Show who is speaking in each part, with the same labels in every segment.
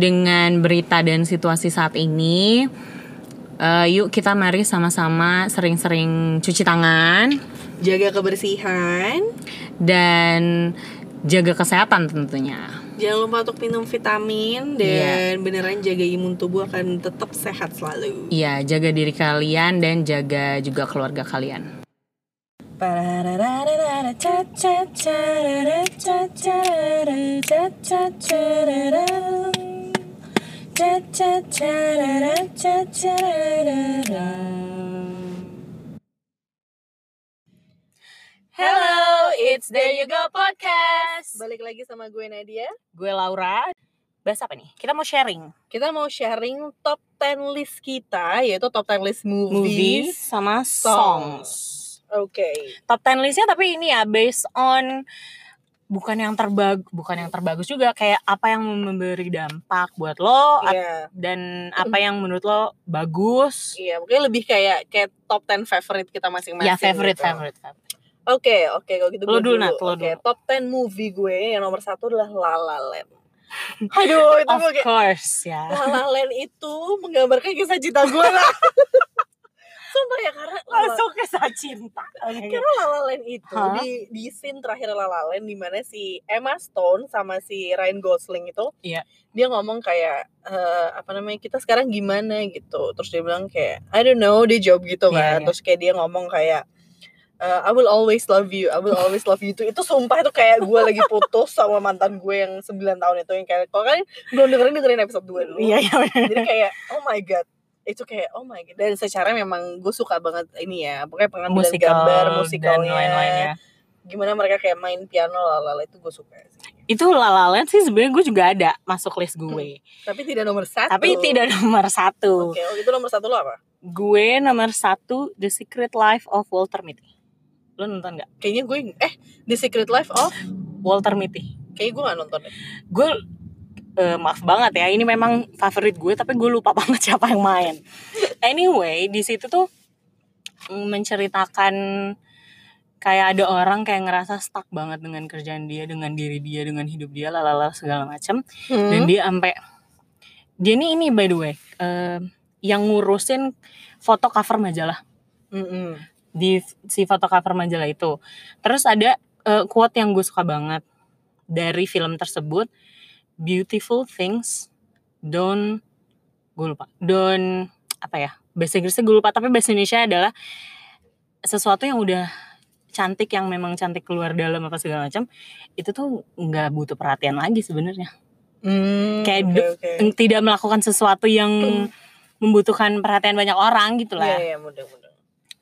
Speaker 1: dengan berita dan situasi saat ini, eh, yuk kita mari sama-sama sering-sering cuci tangan
Speaker 2: Jaga kebersihan.
Speaker 1: dan jaga kesehatan tentunya.
Speaker 2: Jangan lupa untuk minum vitamin
Speaker 1: Iya.
Speaker 2: dan beneran jaga imun tubuh akan tetap sehat selalu.
Speaker 1: Iya, jaga diri kalian dan jaga juga keluarga kalian. Hello, it's There You Go Podcast.
Speaker 2: Balik lagi sama gue Nadia.
Speaker 1: Gue Laura. Bahas apa nih? Kita mau sharing
Speaker 2: Kita mau sharing top 10 list kita yaitu top 10 list
Speaker 1: movies
Speaker 2: movies.
Speaker 1: sama songs.
Speaker 2: Oke.
Speaker 1: Top 10 listnya tapi ini ya based on bukan yang terbag bukan yang terbagus juga kayak apa yang memberi dampak buat lo
Speaker 2: Iya.
Speaker 1: ap- dan apa yang menurut lo bagus.
Speaker 2: Iya, mungkin lebih kayak kayak top 10 favorite kita masing-masing.
Speaker 1: Ya favorite,
Speaker 2: gitu.
Speaker 1: favorite favorite.
Speaker 2: Oke, oke kalau gitu
Speaker 1: Lo
Speaker 2: gue
Speaker 1: dulu, Nat, lo
Speaker 2: Oke,
Speaker 1: dulu.
Speaker 2: top 10 movie gue yang nomor satu adalah La La Land. Aduh, itu
Speaker 1: Of
Speaker 2: gue kayak
Speaker 1: course ya.
Speaker 2: La La Land itu menggambarkan kisah cinta gue lah. Sumpah ya karena La La-
Speaker 1: Langsung ke cinta. Oke. gitu.
Speaker 2: karena La La Land itu
Speaker 1: Hah?
Speaker 2: di di scene terakhir La La Land di mana si Emma Stone sama si Ryan Gosling itu
Speaker 1: Iya.
Speaker 2: dia ngomong kayak eh, apa namanya kita sekarang gimana gitu terus dia bilang kayak I don't know dia jawab gitu
Speaker 1: Iya,
Speaker 2: kan
Speaker 1: iya.
Speaker 2: terus kayak dia ngomong kayak eh, I will always love you I will always love you itu itu sumpah itu kayak gue lagi putus sama mantan gue yang 9 tahun itu yang kayak kalau kalian belum dengerin dengerin episode 2 dulu
Speaker 1: Iya, iya.
Speaker 2: jadi kayak oh my god itu kayak oh my god dan secara memang gue suka banget ini ya pokoknya pengambilan gambar
Speaker 1: dan ya.
Speaker 2: musikalnya
Speaker 1: lain-lainnya.
Speaker 2: gimana mereka kayak main piano lalala itu gue suka sih.
Speaker 1: itu lalalan sih sebenarnya gue juga ada masuk list gue
Speaker 2: tapi tidak nomor satu
Speaker 1: tapi tidak nomor satu
Speaker 2: oke oh, itu nomor satu lo apa
Speaker 1: gue nomor satu The Secret Life of Walter Mitty lo nonton nggak
Speaker 2: kayaknya gue eh The Secret Life of
Speaker 1: Walter Mitty
Speaker 2: kayaknya gue gak nonton deh.
Speaker 1: gue eh, maaf banget ya ini memang favorit gue tapi gue lupa banget siapa yang main anyway di situ tuh mm, menceritakan kayak ada orang kayak ngerasa stuck banget dengan kerjaan dia dengan diri dia dengan hidup dia lalala segala macem dan
Speaker 2: Hmm?
Speaker 1: dia sampai dia ini ini by the way eh, yang ngurusin foto cover majalah
Speaker 2: Mm-mm.
Speaker 1: di si foto cover majalah itu terus ada eh, quote yang gue suka banget dari film tersebut beautiful things don't gue lupa don't apa ya bahasa Inggrisnya gue lupa tapi bahasa Indonesia adalah sesuatu yang udah cantik yang memang cantik keluar dalam apa segala macam itu tuh nggak butuh perhatian lagi sebenarnya
Speaker 2: Mm,
Speaker 1: Kayak
Speaker 2: oke,
Speaker 1: du-
Speaker 2: oke.
Speaker 1: yang tidak melakukan sesuatu yang membutuhkan perhatian banyak orang gitu
Speaker 2: Iya,
Speaker 1: lah.
Speaker 2: iya, mudah-mudah.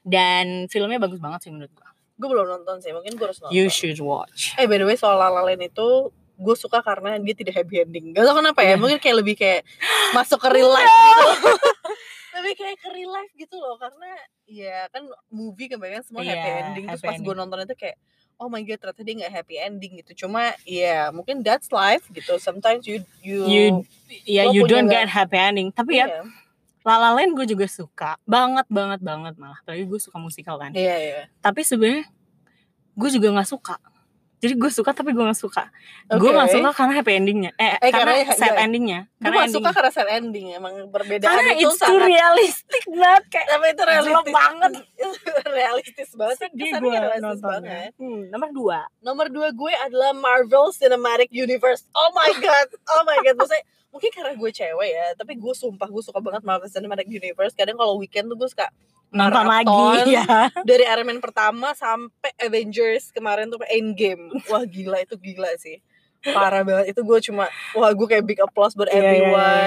Speaker 1: Dan filmnya bagus banget sih menurut gua.
Speaker 2: Gue belum nonton sih, mungkin gue harus nonton.
Speaker 1: You should watch.
Speaker 2: Eh by the way soal La La Land itu gue suka karena dia tidak happy ending. Gak tau kenapa ya,
Speaker 1: Iya.
Speaker 2: mungkin kayak lebih kayak masuk ke real life gitu. lebih kayak ke real life gitu loh karena ya kan movie kebanyakan semua happy
Speaker 1: Iya,
Speaker 2: ending terus
Speaker 1: happy
Speaker 2: pas gue nonton itu kayak oh my god ternyata dia nggak happy ending gitu. Cuma ya mungkin that's life gitu. Sometimes you you,
Speaker 1: You ya
Speaker 2: Lo
Speaker 1: you
Speaker 2: punya
Speaker 1: don't
Speaker 2: nggak-
Speaker 1: get happy ending. Tapi ya
Speaker 2: Iya,
Speaker 1: La La Land gue juga suka banget banget banget malah. Tapi gue suka musikal kan.
Speaker 2: iya, iya.
Speaker 1: Tapi sebenarnya gue juga nggak suka. Jadi gue suka tapi gue nggak suka. Gue nggak
Speaker 2: Oke.
Speaker 1: suka karena happy endingnya. Eh,
Speaker 2: Eh,
Speaker 1: karena,
Speaker 2: karena-
Speaker 1: sad
Speaker 2: enggak.
Speaker 1: endingnya.
Speaker 2: Gue
Speaker 1: Karena
Speaker 2: gak suka
Speaker 1: endingnya.
Speaker 2: karena sad ending emang perbedaan
Speaker 1: Karena
Speaker 2: itu
Speaker 1: it's too
Speaker 2: sangat
Speaker 1: realistic banget kayak
Speaker 2: tapi itu
Speaker 1: Jelek
Speaker 2: realistis
Speaker 1: banget.
Speaker 2: realistis banget sih
Speaker 1: sedih
Speaker 2: kesannya
Speaker 1: gue
Speaker 2: realistis banget ya.
Speaker 1: nontonnya. Hmm, nomor dua.
Speaker 2: nomor dua gue adalah Marvel Cinematic Universe. Oh my god, oh my god. Maksudnya, mungkin karena gue cewek ya, tapi gue sumpah gue suka banget Marvel Cinematic Universe. Kadang kalau weekend tuh gue suka
Speaker 1: nonton
Speaker 2: Maraton.
Speaker 1: lagi ya.
Speaker 2: dari Iron Man pertama sampai Avengers kemarin tuh Endgame. Wah gila itu gila sih. Parah banget itu gue cuma wah gue kayak big applause buat
Speaker 1: Iya, iya, iya.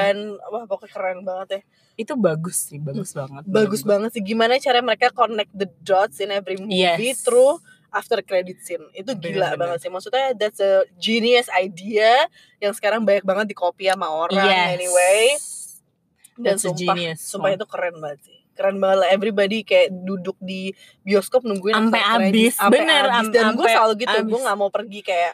Speaker 2: everyone. Wah pokoknya keren banget ya.
Speaker 1: itu bagus sih bagus banget
Speaker 2: Hmm. Bagus
Speaker 1: Menurut
Speaker 2: banget sih gimana cara mereka connect the dots in every
Speaker 1: gua.
Speaker 2: movie
Speaker 1: yes.
Speaker 2: through after credit scene itu
Speaker 1: Bener-bener.
Speaker 2: gila banget sih maksudnya that's a genius idea yang sekarang banyak banget dikopi sama orang
Speaker 1: Yes.
Speaker 2: anyway dan
Speaker 1: That's a
Speaker 2: sumpah
Speaker 1: genius
Speaker 2: sumpah
Speaker 1: one.
Speaker 2: itu keren banget sih keren banget lah everybody kayak duduk di bioskop nungguin
Speaker 1: Ampe
Speaker 2: after credit,
Speaker 1: abis,
Speaker 2: ampe
Speaker 1: bener,
Speaker 2: abis.
Speaker 1: am-
Speaker 2: dan gue
Speaker 1: ampe
Speaker 2: selalu gitu
Speaker 1: abis.
Speaker 2: gue nggak mau pergi kayak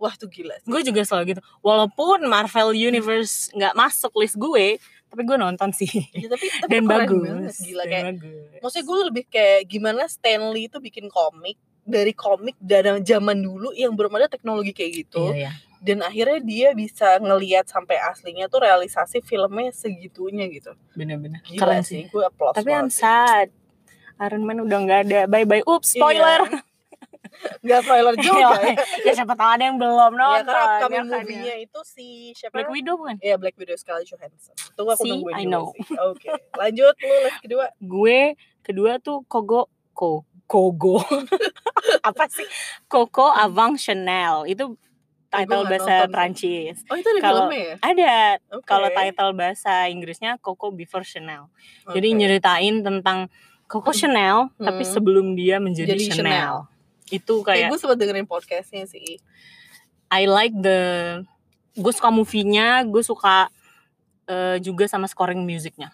Speaker 2: wah tuh gila sih
Speaker 1: gue juga selalu gitu walaupun Marvel Universe nggak masuk list gue tapi gue nonton sih
Speaker 2: Ya, tapi, tapi
Speaker 1: dan
Speaker 2: keren
Speaker 1: bagus
Speaker 2: banget, gila
Speaker 1: dan
Speaker 2: kayak
Speaker 1: bagus.
Speaker 2: maksudnya gue lebih kayak gimana Stanley itu bikin komik dari komik dari zaman dulu yang belum ada teknologi kayak gitu
Speaker 1: Iya, iya.
Speaker 2: dan akhirnya dia bisa ngelihat sampai aslinya tuh realisasi filmnya segitunya gitu
Speaker 1: bener-bener
Speaker 2: gila
Speaker 1: keren
Speaker 2: sih
Speaker 1: sih
Speaker 2: gue applause
Speaker 1: tapi I'm
Speaker 2: banget sih.
Speaker 1: sad Iron Man udah nggak ada bye bye ups spoiler
Speaker 2: nggak spoiler juga ya.
Speaker 1: ya siapa tahu ada yang belum
Speaker 2: ya
Speaker 1: nonton
Speaker 2: karena upcoming
Speaker 1: ya kan ya.
Speaker 2: movie-nya itu si siapa
Speaker 1: Black Widow bukan
Speaker 2: Iya Black Widow Scarlett Johansson. Tunggu aku
Speaker 1: See,
Speaker 2: nungguin
Speaker 1: I
Speaker 2: dulu
Speaker 1: know.
Speaker 2: sih. Oke. Lanjut lu les kedua.
Speaker 1: gue kedua tuh Kogo Ko Kogo apa sih Coco Avant Chanel itu title
Speaker 2: Hmm. nggak
Speaker 1: bahasa
Speaker 2: nonton sih.
Speaker 1: Prancis
Speaker 2: Oh itu ada
Speaker 1: Kalau-
Speaker 2: filmnya ya?
Speaker 1: ada
Speaker 2: Oke.
Speaker 1: kalau title bahasa Inggrisnya Coco Before Chanel
Speaker 2: Oke.
Speaker 1: jadi nyeritain tentang Coco Chanel tapi
Speaker 2: Hmm.
Speaker 1: sebelum dia menjadi
Speaker 2: Jadi
Speaker 1: Chanel.
Speaker 2: Chanel.
Speaker 1: itu
Speaker 2: kayak
Speaker 1: kayak
Speaker 2: gue sempat dengerin podcastnya sih.
Speaker 1: I like the gue suka movie-nya gue suka eh, juga sama scoring musicnya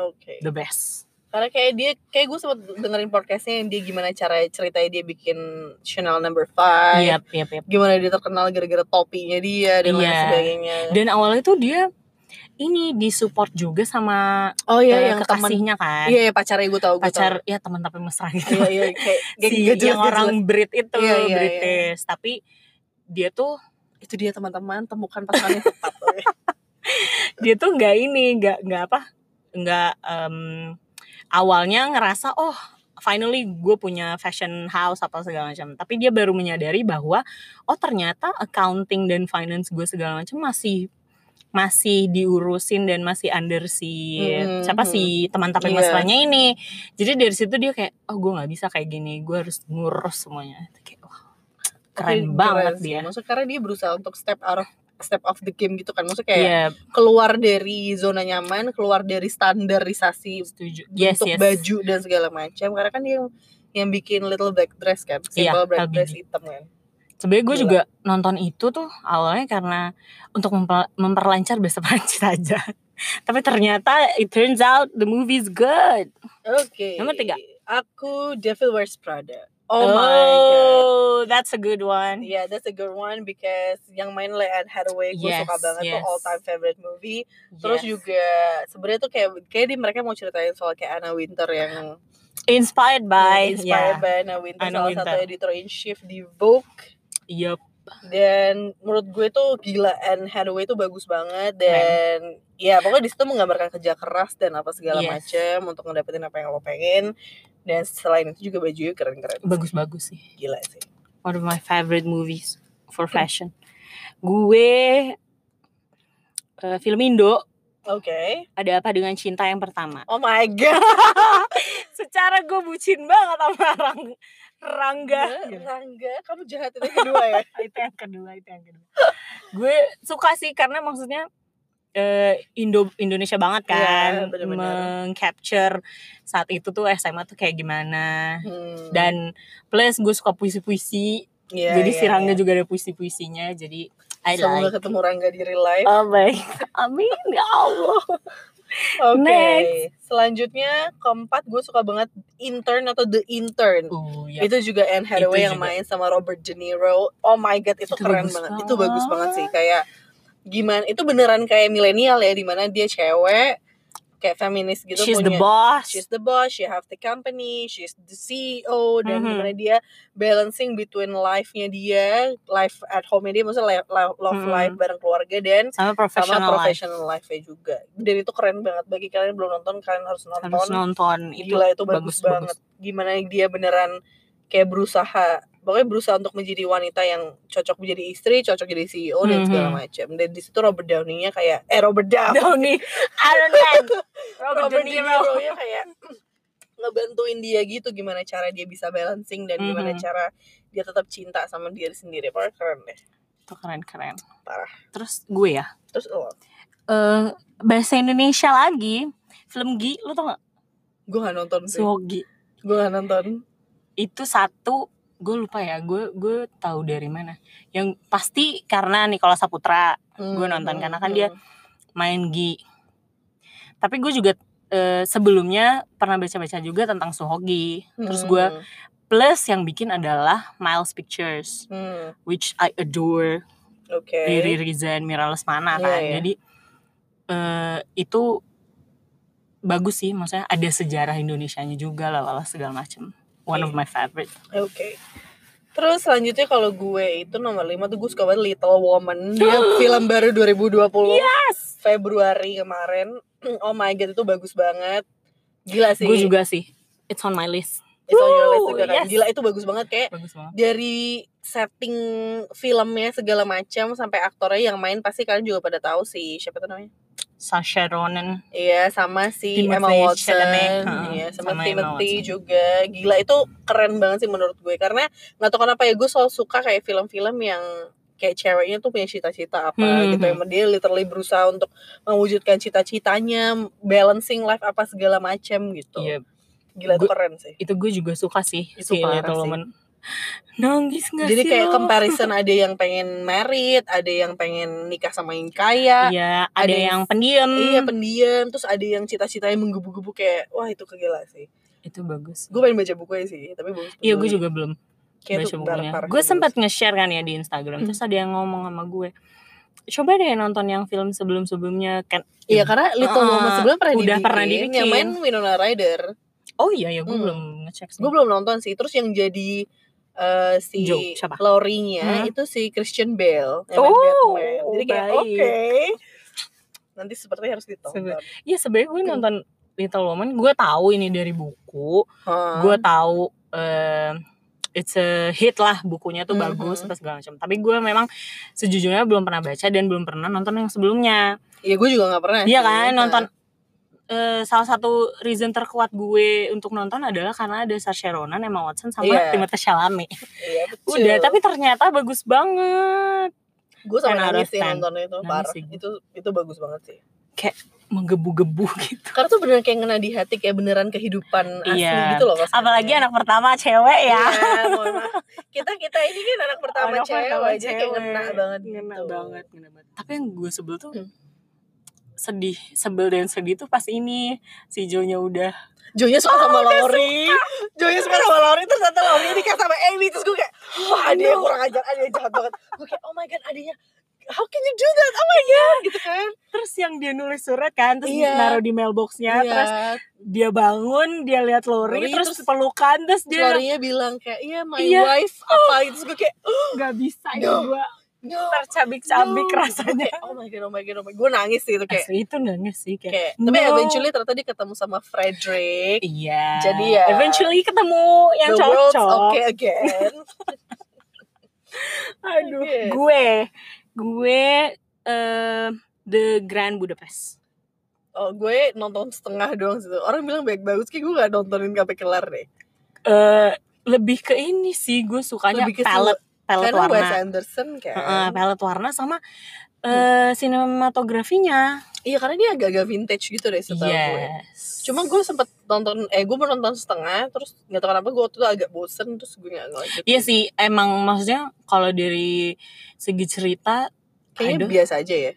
Speaker 2: Oke.
Speaker 1: the best
Speaker 2: Karena kayak dia kayak gue sempat dengerin podcastnya yang dia gimana cara ceritanya dia bikin Chanel number Five.
Speaker 1: yep, yep, yep.
Speaker 2: Gimana dia terkenal gara-gara topinya dia dan lain
Speaker 1: Iya.
Speaker 2: sebagainya.
Speaker 1: dan awalnya tuh dia ini disupport juga sama
Speaker 2: Oh
Speaker 1: eh,
Speaker 2: iya yang teman.
Speaker 1: kekasihnya kan
Speaker 2: Iya iya, pacarnya gue tau gue
Speaker 1: pacar ya teman tapi mesra gitu
Speaker 2: Iya iya kayak gak-
Speaker 1: si
Speaker 2: gak jelas,
Speaker 1: yang
Speaker 2: gak
Speaker 1: orang
Speaker 2: jelas.
Speaker 1: Brit itu
Speaker 2: Iya, iya, iya.
Speaker 1: British tapi dia tuh
Speaker 2: itu dia teman-teman temukan pasangan yang tepat. Oke.
Speaker 1: dia tuh nggak ini nggak nggak apa nggak em, awalnya ngerasa oh finally gue punya fashion house apa segala macam tapi dia baru menyadari bahwa oh ternyata accounting dan finance gue segala macam masih masih diurusin dan masih under si
Speaker 2: Mhm.
Speaker 1: siapa sih teman tapi
Speaker 2: Iya.
Speaker 1: masalahnya ini jadi dari situ dia kayak oh gue nggak bisa kayak gini gue harus ngurus semuanya kayak wah
Speaker 2: Tapi
Speaker 1: keren banget
Speaker 2: sih.
Speaker 1: dia
Speaker 2: Maksudnya karena dia berusaha untuk step out of step off the game gitu kan. Maksudnya kayak
Speaker 1: Iya,
Speaker 2: keluar dari zona nyaman, keluar dari standarisasi
Speaker 1: setuju yes
Speaker 2: untuk
Speaker 1: yes
Speaker 2: baju dan segala macam. Karena kan dia yang yang bikin little black dress kan,
Speaker 1: Iya,
Speaker 2: simple black
Speaker 1: LBD.
Speaker 2: dress hitam kan.
Speaker 1: sebenarnya gue
Speaker 2: Gila.
Speaker 1: juga nonton itu tuh awalnya karena untuk memper- memperlancar bahasa Prancis aja tapi ternyata it turns out the movie is good
Speaker 2: Oke.
Speaker 1: Nomor tiga.
Speaker 2: Aku Devil Wears Prada. Oh, my god.
Speaker 1: Oh, that's a good one
Speaker 2: Yeah, that's a good one because yang main Lea Anne Hathaway gue
Speaker 1: Yes,
Speaker 2: suka banget
Speaker 1: yes.
Speaker 2: tuh all time favorite movie.
Speaker 1: Yes.
Speaker 2: Terus juga sebenarnya tuh kayak kayak di mereka mau ceritain soal kayak Anna Winter yang
Speaker 1: inspired by yeah.
Speaker 2: inspired by Anna Winter
Speaker 1: Anna
Speaker 2: salah satu
Speaker 1: Winter.
Speaker 2: editor in chief di Vogue
Speaker 1: Yup.
Speaker 2: dan menurut gue tuh gila Anne Hathaway tuh bagus banget dan ya pokoknya di situ menggambarkan kerja keras dan apa segala
Speaker 1: Yes.
Speaker 2: macem untuk ngedapetin apa yang lo pengen dan selain itu juga bajunya keren-keren
Speaker 1: bagus-bagus sih
Speaker 2: gila sih
Speaker 1: one of my favorite movies for fashion gue eh, film Indo
Speaker 2: oke
Speaker 1: ada apa dengan cinta yang pertama
Speaker 2: oh my god
Speaker 1: secara gue bucin banget sama Rang- Rangga
Speaker 2: Rangga kamu jahat itu yang kedua ya
Speaker 1: itu yang kedua itu yang kedua gue suka sih karena maksudnya eh, Indo Indonesia banget
Speaker 2: Iya,
Speaker 1: kan
Speaker 2: bener-bener.
Speaker 1: mengcapture saat itu tuh SMA tuh kayak gimana
Speaker 2: Hmm.
Speaker 1: dan plus gue suka puisi-puisi
Speaker 2: Iya,
Speaker 1: jadi
Speaker 2: iya,
Speaker 1: si Rangga
Speaker 2: iya.
Speaker 1: juga ada puisi-puisinya jadi I
Speaker 2: semoga
Speaker 1: like
Speaker 2: ketemu Rangga di real life
Speaker 1: Oh my God. Amin ya Allah
Speaker 2: oke
Speaker 1: Oh, next.
Speaker 2: selanjutnya keempat gue suka banget intern atau the intern
Speaker 1: Oh ya
Speaker 2: Itu juga Anne Hathaway yang
Speaker 1: juga.
Speaker 2: main sama Robert De Niro. Oh my god, itu,
Speaker 1: Itu
Speaker 2: keren
Speaker 1: bagus
Speaker 2: banget.
Speaker 1: banget.
Speaker 2: Itu bagus banget sih. Kayak gimana? Itu beneran kayak milenial ya, dimana dia cewek, kayak feminis gitu.
Speaker 1: she's the
Speaker 2: punya-
Speaker 1: boss
Speaker 2: She's the boss. She have the company. She's the CEO. Dan
Speaker 1: Mhm.
Speaker 2: gimana dia balancing between life-nya dia, life at home-nya dia, maksudnya life- life- love
Speaker 1: Mhm.
Speaker 2: life bareng keluarga dan
Speaker 1: sama
Speaker 2: sama
Speaker 1: professional life
Speaker 2: professional life-nya juga. Dan itu keren banget. Bagi kalian yang belum nonton, kalian harus nonton.
Speaker 1: harus nonton itu
Speaker 2: Gila itu
Speaker 1: bagus,
Speaker 2: bagus, banget. Gimana dia beneran kayak berusaha, pokoknya berusaha untuk menjadi wanita yang cocok menjadi istri, cocok jadi CEO dan segala
Speaker 1: Mhm.
Speaker 2: macam. Dan di situ Robert Downey-nya kayak eh Robert Downey,
Speaker 1: Downey Iron Man Robert,
Speaker 2: Robert
Speaker 1: De
Speaker 2: De
Speaker 1: Niro
Speaker 2: Niro-nya kayak ngebantuin dia gitu gimana cara dia bisa balancing dan gimana
Speaker 1: Mhm.
Speaker 2: cara dia tetap cinta sama diri sendiri. Pokoknya keren deh.
Speaker 1: itu keren keren
Speaker 2: Parah.
Speaker 1: terus gue ya
Speaker 2: Terus oh, lo,
Speaker 1: eh bahasa Indonesia lagi film Gi lu tau gak
Speaker 2: gue gak nonton sih.
Speaker 1: Suwogi
Speaker 2: Gue gak nonton.
Speaker 1: itu satu gue lupa ya gue gue tahu dari mana yang pasti karena Nicola Saputra Gua nonton, karena
Speaker 2: Hmm,
Speaker 1: kan dia- main Gi tapi gue juga eh, sebelumnya pernah baca-baca juga tentang Suhogi
Speaker 2: hmm,
Speaker 1: terus gue plus yang bikin adalah Miles Pictures which I adore
Speaker 2: hmm, Oke.
Speaker 1: Riri Rizan Mira Lesmana
Speaker 2: Iya,
Speaker 1: kan
Speaker 2: iya.
Speaker 1: jadi eh, itu bagus sih maksudnya
Speaker 2: Iya.
Speaker 1: ada sejarah Indonesianya juga lah lah segala macem one of my favorite
Speaker 2: Oke. Terus selanjutnya kalau gue itu nomor 5 tuh gue suka banget Little Woman. Dia film baru 2020
Speaker 1: Yes.
Speaker 2: Februari kemarin. Oh my god itu bagus banget. Gila sih.
Speaker 1: Gue juga sih. It's on my list.
Speaker 2: It's on your list
Speaker 1: Woo,
Speaker 2: juga kan.
Speaker 1: yes.
Speaker 2: Gila itu bagus banget kayak
Speaker 1: Bagus banget.
Speaker 2: dari setting filmnya segala macam sampai aktornya yang main pasti kalian juga pada tahu sih siapa tuh namanya.
Speaker 1: Sasha Ronan.
Speaker 2: Iya sama si
Speaker 1: Timothée
Speaker 2: Emma Watson,
Speaker 1: Chalamet. Ha,
Speaker 2: iya sama,
Speaker 1: sama Emma
Speaker 2: Timothy
Speaker 1: Watson.
Speaker 2: juga. Gila itu keren banget sih menurut gue karena nggak tahu kenapa ya gue selalu suka kayak film-film yang kayak ceweknya tuh punya cita-cita apa
Speaker 1: Hmm.
Speaker 2: gitu yang dia literally berusaha untuk mewujudkan cita-citanya, balancing life apa segala macam gitu.
Speaker 1: Iya,
Speaker 2: Gila itu
Speaker 1: Gue-
Speaker 2: keren sih.
Speaker 1: itu gue juga suka sih
Speaker 2: Itu
Speaker 1: si
Speaker 2: parah
Speaker 1: Little
Speaker 2: sih.
Speaker 1: Woman. Nangis gak sih
Speaker 2: Jadi kayak
Speaker 1: lo?
Speaker 2: comparison ada yang pengen married, ada yang pengen nikah sama yang kaya,
Speaker 1: Iya, ada
Speaker 2: ada yang-
Speaker 1: yang pendiam.
Speaker 2: iya pendiam, terus ada yang cita-citanya menggebu-gebu kayak wah itu kegila sih.
Speaker 1: itu bagus.
Speaker 2: Gue pengen baca bukunya sih, tapi bagus.
Speaker 1: Iya, gue juga belum baca bukunya. Gue sempat nge-share kan ya di Instagram.
Speaker 2: gitu. Hmm.
Speaker 1: Terus ada yang ngomong sama gue. Coba deh nonton yang film sebelum-sebelumnya. Kan,
Speaker 2: Iya karena
Speaker 1: Ah,
Speaker 2: Little Woman sebelum pernah
Speaker 1: udah
Speaker 2: dibikin,
Speaker 1: pernah
Speaker 2: Yang
Speaker 1: dibikin.
Speaker 2: main Winona Ryder.
Speaker 1: oh iya ya, gue
Speaker 2: Hmm.
Speaker 1: belum ngecek. sih.
Speaker 2: Gue belum nonton sih. Terus yang jadi eh, si
Speaker 1: Joe, siapa?
Speaker 2: Laurie-nya
Speaker 1: Hmm.
Speaker 2: itu si Christian Bale yang main
Speaker 1: Oh,
Speaker 2: Batman. Jadi kayak
Speaker 1: baik.
Speaker 2: oke. Nanti sepertinya harus ditonton.
Speaker 1: Iya sebenarnya gue nonton Little Woman, gue tahu ini dari buku,
Speaker 2: Hah.
Speaker 1: gue tahu eh, it's a hit lah bukunya tuh
Speaker 2: Mhm.
Speaker 1: bagus apa segala macam. Tapi gue memang sejujurnya belum pernah baca dan belum pernah nonton yang sebelumnya.
Speaker 2: Iya gue juga gak pernah.
Speaker 1: Iya
Speaker 2: sih.
Speaker 1: kan
Speaker 2: Nah,
Speaker 1: nonton eh, salah satu reason terkuat gue untuk nonton adalah karena ada Saoirse Ronan, Emma Watson sama
Speaker 2: Iya.
Speaker 1: Timothée Chalamet.
Speaker 2: Iya betul.
Speaker 1: Udah, tapi ternyata bagus banget.
Speaker 2: gue
Speaker 1: 10
Speaker 2: sampai
Speaker 1: out
Speaker 2: nangis
Speaker 1: of
Speaker 2: sih
Speaker 1: 10.
Speaker 2: nonton itu
Speaker 1: Nangis
Speaker 2: parah.
Speaker 1: sih gua.
Speaker 2: Itu itu bagus banget sih.
Speaker 1: Menggebu-gebu gitu.
Speaker 2: Karena tuh beneran kayak ngena di hati kayak beneran kehidupan asli
Speaker 1: Iya.
Speaker 2: gitu loh. kesannya.
Speaker 1: Apalagi anak pertama cewek ya.
Speaker 2: Iya, mohon maaf. kita kita ini kan anak pertama
Speaker 1: Anak
Speaker 2: cewek
Speaker 1: pertama
Speaker 2: aja kayak ngena banget
Speaker 1: ngena
Speaker 2: gitu.
Speaker 1: banget ngena banget tapi yang gue sebel tuh
Speaker 2: Hmm.
Speaker 1: sedih sebel dan sedih tuh pas ini si Jo nya udah
Speaker 2: Joynya suka sama Lori Joynya suka sama Lori Terus ternyata Lori nikah sama Amy Terus gue kayak Wah adiknya kurang ajar Adiknya jahat banget Gue kayak oh my god adiknya How can you do that Oh my god Gitu kan
Speaker 1: terus yang dia nulis surat kan terus
Speaker 2: Iya.
Speaker 1: naruh di mailboxnya
Speaker 2: Iya.
Speaker 1: terus dia bangun dia lihat Lori,
Speaker 2: Lori,
Speaker 1: terus,
Speaker 2: terus-
Speaker 1: pelukan terus
Speaker 2: Terus
Speaker 1: dia
Speaker 2: Lorinya bilang kayak Iya my
Speaker 1: Iya.
Speaker 2: wife Apa gitu Terus gue kayak
Speaker 1: nggak bisa
Speaker 2: No.
Speaker 1: gue
Speaker 2: No
Speaker 1: tercabik-cabik
Speaker 2: no.
Speaker 1: rasanya
Speaker 2: Kayak, Oh my god oh my god oh my god Gue nangis sih itu kayak
Speaker 1: Asli itu nangis sih kayak,
Speaker 2: Kayak, tapi
Speaker 1: no.
Speaker 2: eventually ternyata dia ketemu sama Frederick
Speaker 1: iya
Speaker 2: Jadi ya,
Speaker 1: eventually ketemu yang
Speaker 2: The world's
Speaker 1: cocok
Speaker 2: okay again
Speaker 1: aduh
Speaker 2: Yes.
Speaker 1: gue gue eh, The Grand Budapest
Speaker 2: Oh, gue nonton setengah doang situ. Orang bilang baik bagus, kayak gue gak nontonin sampai kelar deh.
Speaker 1: eh lebih ke ini sih gue sukanya
Speaker 2: Lebih ke
Speaker 1: palette palette
Speaker 2: Karena Wes
Speaker 1: warna
Speaker 2: Anderson kan.
Speaker 1: Heeh, palette warna sama
Speaker 2: Hmm.
Speaker 1: eh sinematografinya
Speaker 2: Iya, karena dia agak-agak vintage gitu deh setahu
Speaker 1: Iya.
Speaker 2: gue.
Speaker 1: yes
Speaker 2: Cuma gue sempet nonton, eh gue mau nonton setengah, terus gak tau kenapa gue waktu itu agak bosen, terus gue gak ngelanjut.
Speaker 1: iya sih emang maksudnya kalau dari segi cerita
Speaker 2: Kayaknya
Speaker 1: aduh
Speaker 2: biasa aja ya.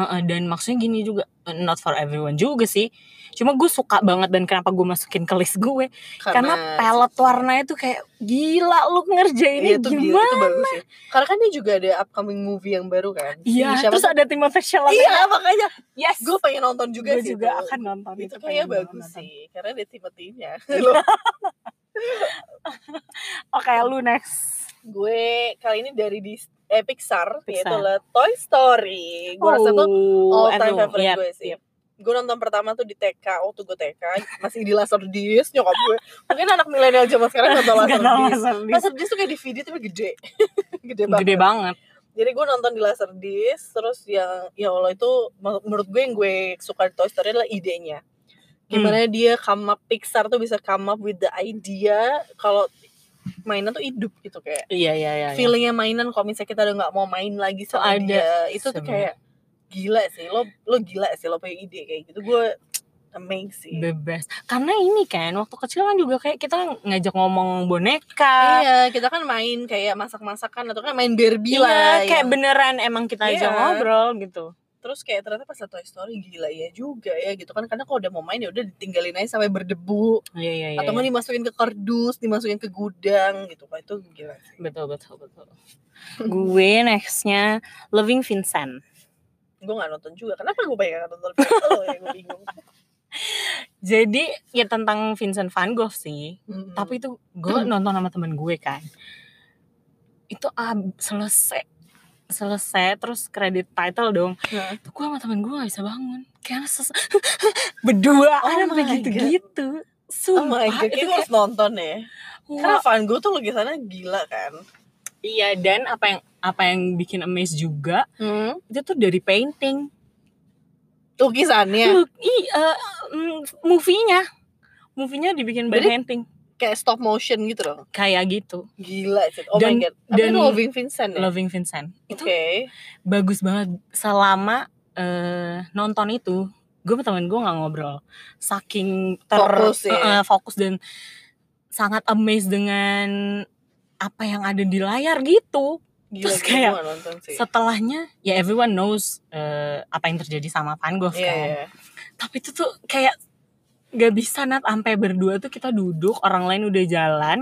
Speaker 1: eh, dan maksudnya gini juga eh, not for everyone juga sih cuma gue suka banget dan kenapa gue masukin ke list gue karena, palette warnanya tuh kayak gila lu
Speaker 2: Iya,
Speaker 1: ngerjainnya
Speaker 2: itu, gila,
Speaker 1: gimana
Speaker 2: itu bagus sih. Karena kan dia juga ada upcoming movie yang baru kan.
Speaker 1: iya
Speaker 2: Si siapa
Speaker 1: terus
Speaker 2: tuh?
Speaker 1: ada Timothée Chalamet
Speaker 2: Iya, makanya
Speaker 1: yes
Speaker 2: gue pengen nonton juga
Speaker 1: gue
Speaker 2: sih.
Speaker 1: juga
Speaker 2: itu.
Speaker 1: akan nonton
Speaker 2: Itu
Speaker 1: pengen
Speaker 2: kayaknya
Speaker 1: banget
Speaker 2: bagus
Speaker 1: nonton. Iya,
Speaker 2: sih, karena ada Timothy-nya.
Speaker 1: Oke, lu next.
Speaker 2: gue kali ini dari di eh, Pixar, Oh,
Speaker 1: Pixar.
Speaker 2: yaitu lah Toy Story. Gue rasa tuh
Speaker 1: Oh,
Speaker 2: all time favorite
Speaker 1: iya.
Speaker 2: gue sih. Gue nonton pertama tuh di TK, waktu gue TK masih di Laserdisc nyokap gue. Mungkin anak milenial zaman sekarang nonton
Speaker 1: Gak tau
Speaker 2: Laserdisc.
Speaker 1: Laserdisc.
Speaker 2: Laserdisc tuh kayak DVD tapi gede. gede banget.
Speaker 1: Gede banget.
Speaker 2: Jadi gue nonton di Laserdisc, terus yang ya Allah itu menur- menurut gue yang gue suka di Toy Story adalah idenya. Gimana dia come up, Pixar tuh bisa come up with the idea kalau mainan tuh hidup gitu kayak
Speaker 1: Iya, iya, iya. iya.
Speaker 2: feelingnya mainan kalau misalnya kita udah nggak mau main lagi
Speaker 1: Tuh
Speaker 2: sama
Speaker 1: ada
Speaker 2: dia itu kan iya, tuh
Speaker 1: sebenarnya.
Speaker 2: kayak gila sih lo lo gila sih lo punya ide kayak gitu gue amazing
Speaker 1: The best. Karena ini kan, waktu kecil kan juga kayak kita ngajak ngomong boneka. Iya,
Speaker 2: iya kita kan main kayak masak-masakan atau kan main Barbie lah ya.
Speaker 1: kayak
Speaker 2: yang-
Speaker 1: beneran emang kita
Speaker 2: Iya.
Speaker 1: aja ngobrol gitu.
Speaker 2: terus kayak ternyata pas Toy Story gila ya juga ya gitu kan karena kalau udah mau main ya udah ditinggalin aja sampai berdebu
Speaker 1: Iya, iya, iya.
Speaker 2: atau nggak
Speaker 1: iya.
Speaker 2: dimasukin ke kardus dimasukin ke gudang gitu kan itu gila sih
Speaker 1: Betul, betul, betul. Gue nextnya Loving Vincent.
Speaker 2: gue nggak nonton juga kenapa gue pengen nggak nonton film lo ya gue bingung
Speaker 1: Jadi ya tentang Vincent Van Gogh sih.
Speaker 2: Mm-mm.
Speaker 1: Tapi itu gue nonton sama temen gue kan. itu ab, selesai selesai terus kredit title dong
Speaker 2: Nah.
Speaker 1: tuh gue sama temen gue gak bisa bangun karena ses- berdua
Speaker 2: Oh
Speaker 1: sampai
Speaker 2: my
Speaker 1: gitu-gitu
Speaker 2: Oh my
Speaker 1: sumpah
Speaker 2: god,
Speaker 1: itu
Speaker 2: kayaknya harus nonton ya. Karena
Speaker 1: Wah,
Speaker 2: fan gue tuh lukisannya gila kan.
Speaker 1: iya dan apa yang apa yang bikin amaze juga
Speaker 2: Hmm.
Speaker 1: itu tuh dari painting
Speaker 2: Lukisannya
Speaker 1: Lu, i, eh, mm, movie-nya movie-nya dibikin by
Speaker 2: Jadi-
Speaker 1: painting
Speaker 2: kayak stop motion gitu loh.
Speaker 1: kayak gitu
Speaker 2: Gila sih. Oh
Speaker 1: Dan-
Speaker 2: my god. Apa
Speaker 1: dan-
Speaker 2: itu Loving Vincent ya?
Speaker 1: Loving Vincent
Speaker 2: Oke.
Speaker 1: itu bagus banget selama eh, nonton itu gue sama temen gue nggak ngobrol saking ter-
Speaker 2: Fokus ya.
Speaker 1: eh, eh, fokus dan sangat amazed dengan apa yang ada di layar gitu
Speaker 2: Gila
Speaker 1: Terus
Speaker 2: gila,
Speaker 1: kayak
Speaker 2: gua nonton sih.
Speaker 1: setelahnya ya everyone knows eh, apa yang terjadi sama Van Gogh
Speaker 2: Iya,
Speaker 1: kan
Speaker 2: iya.
Speaker 1: tapi itu tuh kayak gak bisa nat sampai berdua tuh kita duduk orang lain udah jalan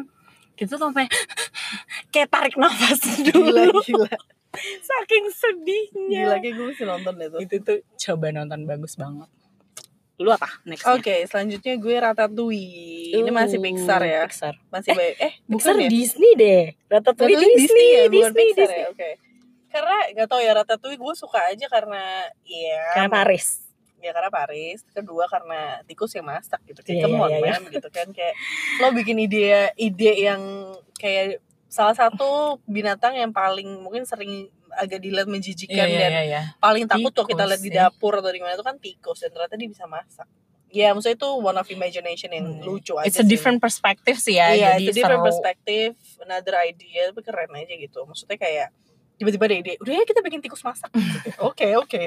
Speaker 1: kita tuh sampai kayak tarik nafas
Speaker 2: Gila,
Speaker 1: dulu
Speaker 2: gila.
Speaker 1: saking sedihnya
Speaker 2: Gila, kayak gue mesti nonton deh tuh.
Speaker 1: itu tuh coba nonton bagus banget lu apa next
Speaker 2: Oke, selanjutnya gue Ratatouille. ya? Ini masih Pixar ya.
Speaker 1: Pixar
Speaker 2: Masih baik. Eh,
Speaker 1: Pixar
Speaker 2: bukan ya?
Speaker 1: Disney deh Ratatouille
Speaker 2: Ratatouille
Speaker 1: Disney Disney,
Speaker 2: ya, bukan
Speaker 1: Disney,
Speaker 2: Pixar ya. Oke. Karena gak tau ya Ratatouille gue suka aja karena ya
Speaker 1: karena Paris
Speaker 2: ya karena Paris kedua karena tikus yang masak
Speaker 1: Iya,
Speaker 2: gitu kayak come
Speaker 1: iya,
Speaker 2: on
Speaker 1: iya, iya.
Speaker 2: man, gitu kan kayak lo bikin ide ide yang kayak salah satu binatang yang paling mungkin sering agak dilihat
Speaker 1: Iya,
Speaker 2: menjijikan dan paling takut tuh kita
Speaker 1: Tikus,
Speaker 2: lihat di
Speaker 1: ya.
Speaker 2: dapur atau di mana itu kan tikus dan ternyata dia bisa masak ya maksudnya itu one of imagination yang
Speaker 1: Hmm.
Speaker 2: lucu aja
Speaker 1: It's a
Speaker 2: sih.
Speaker 1: different perspective sih ya
Speaker 2: Iya,
Speaker 1: jadi
Speaker 2: itu
Speaker 1: seru.
Speaker 2: different perspective, another idea, tapi keren aja gitu. Maksudnya kayak tiba-tiba ada ide, udah ya kita bikin tikus masak. Gitu. Oke, oke.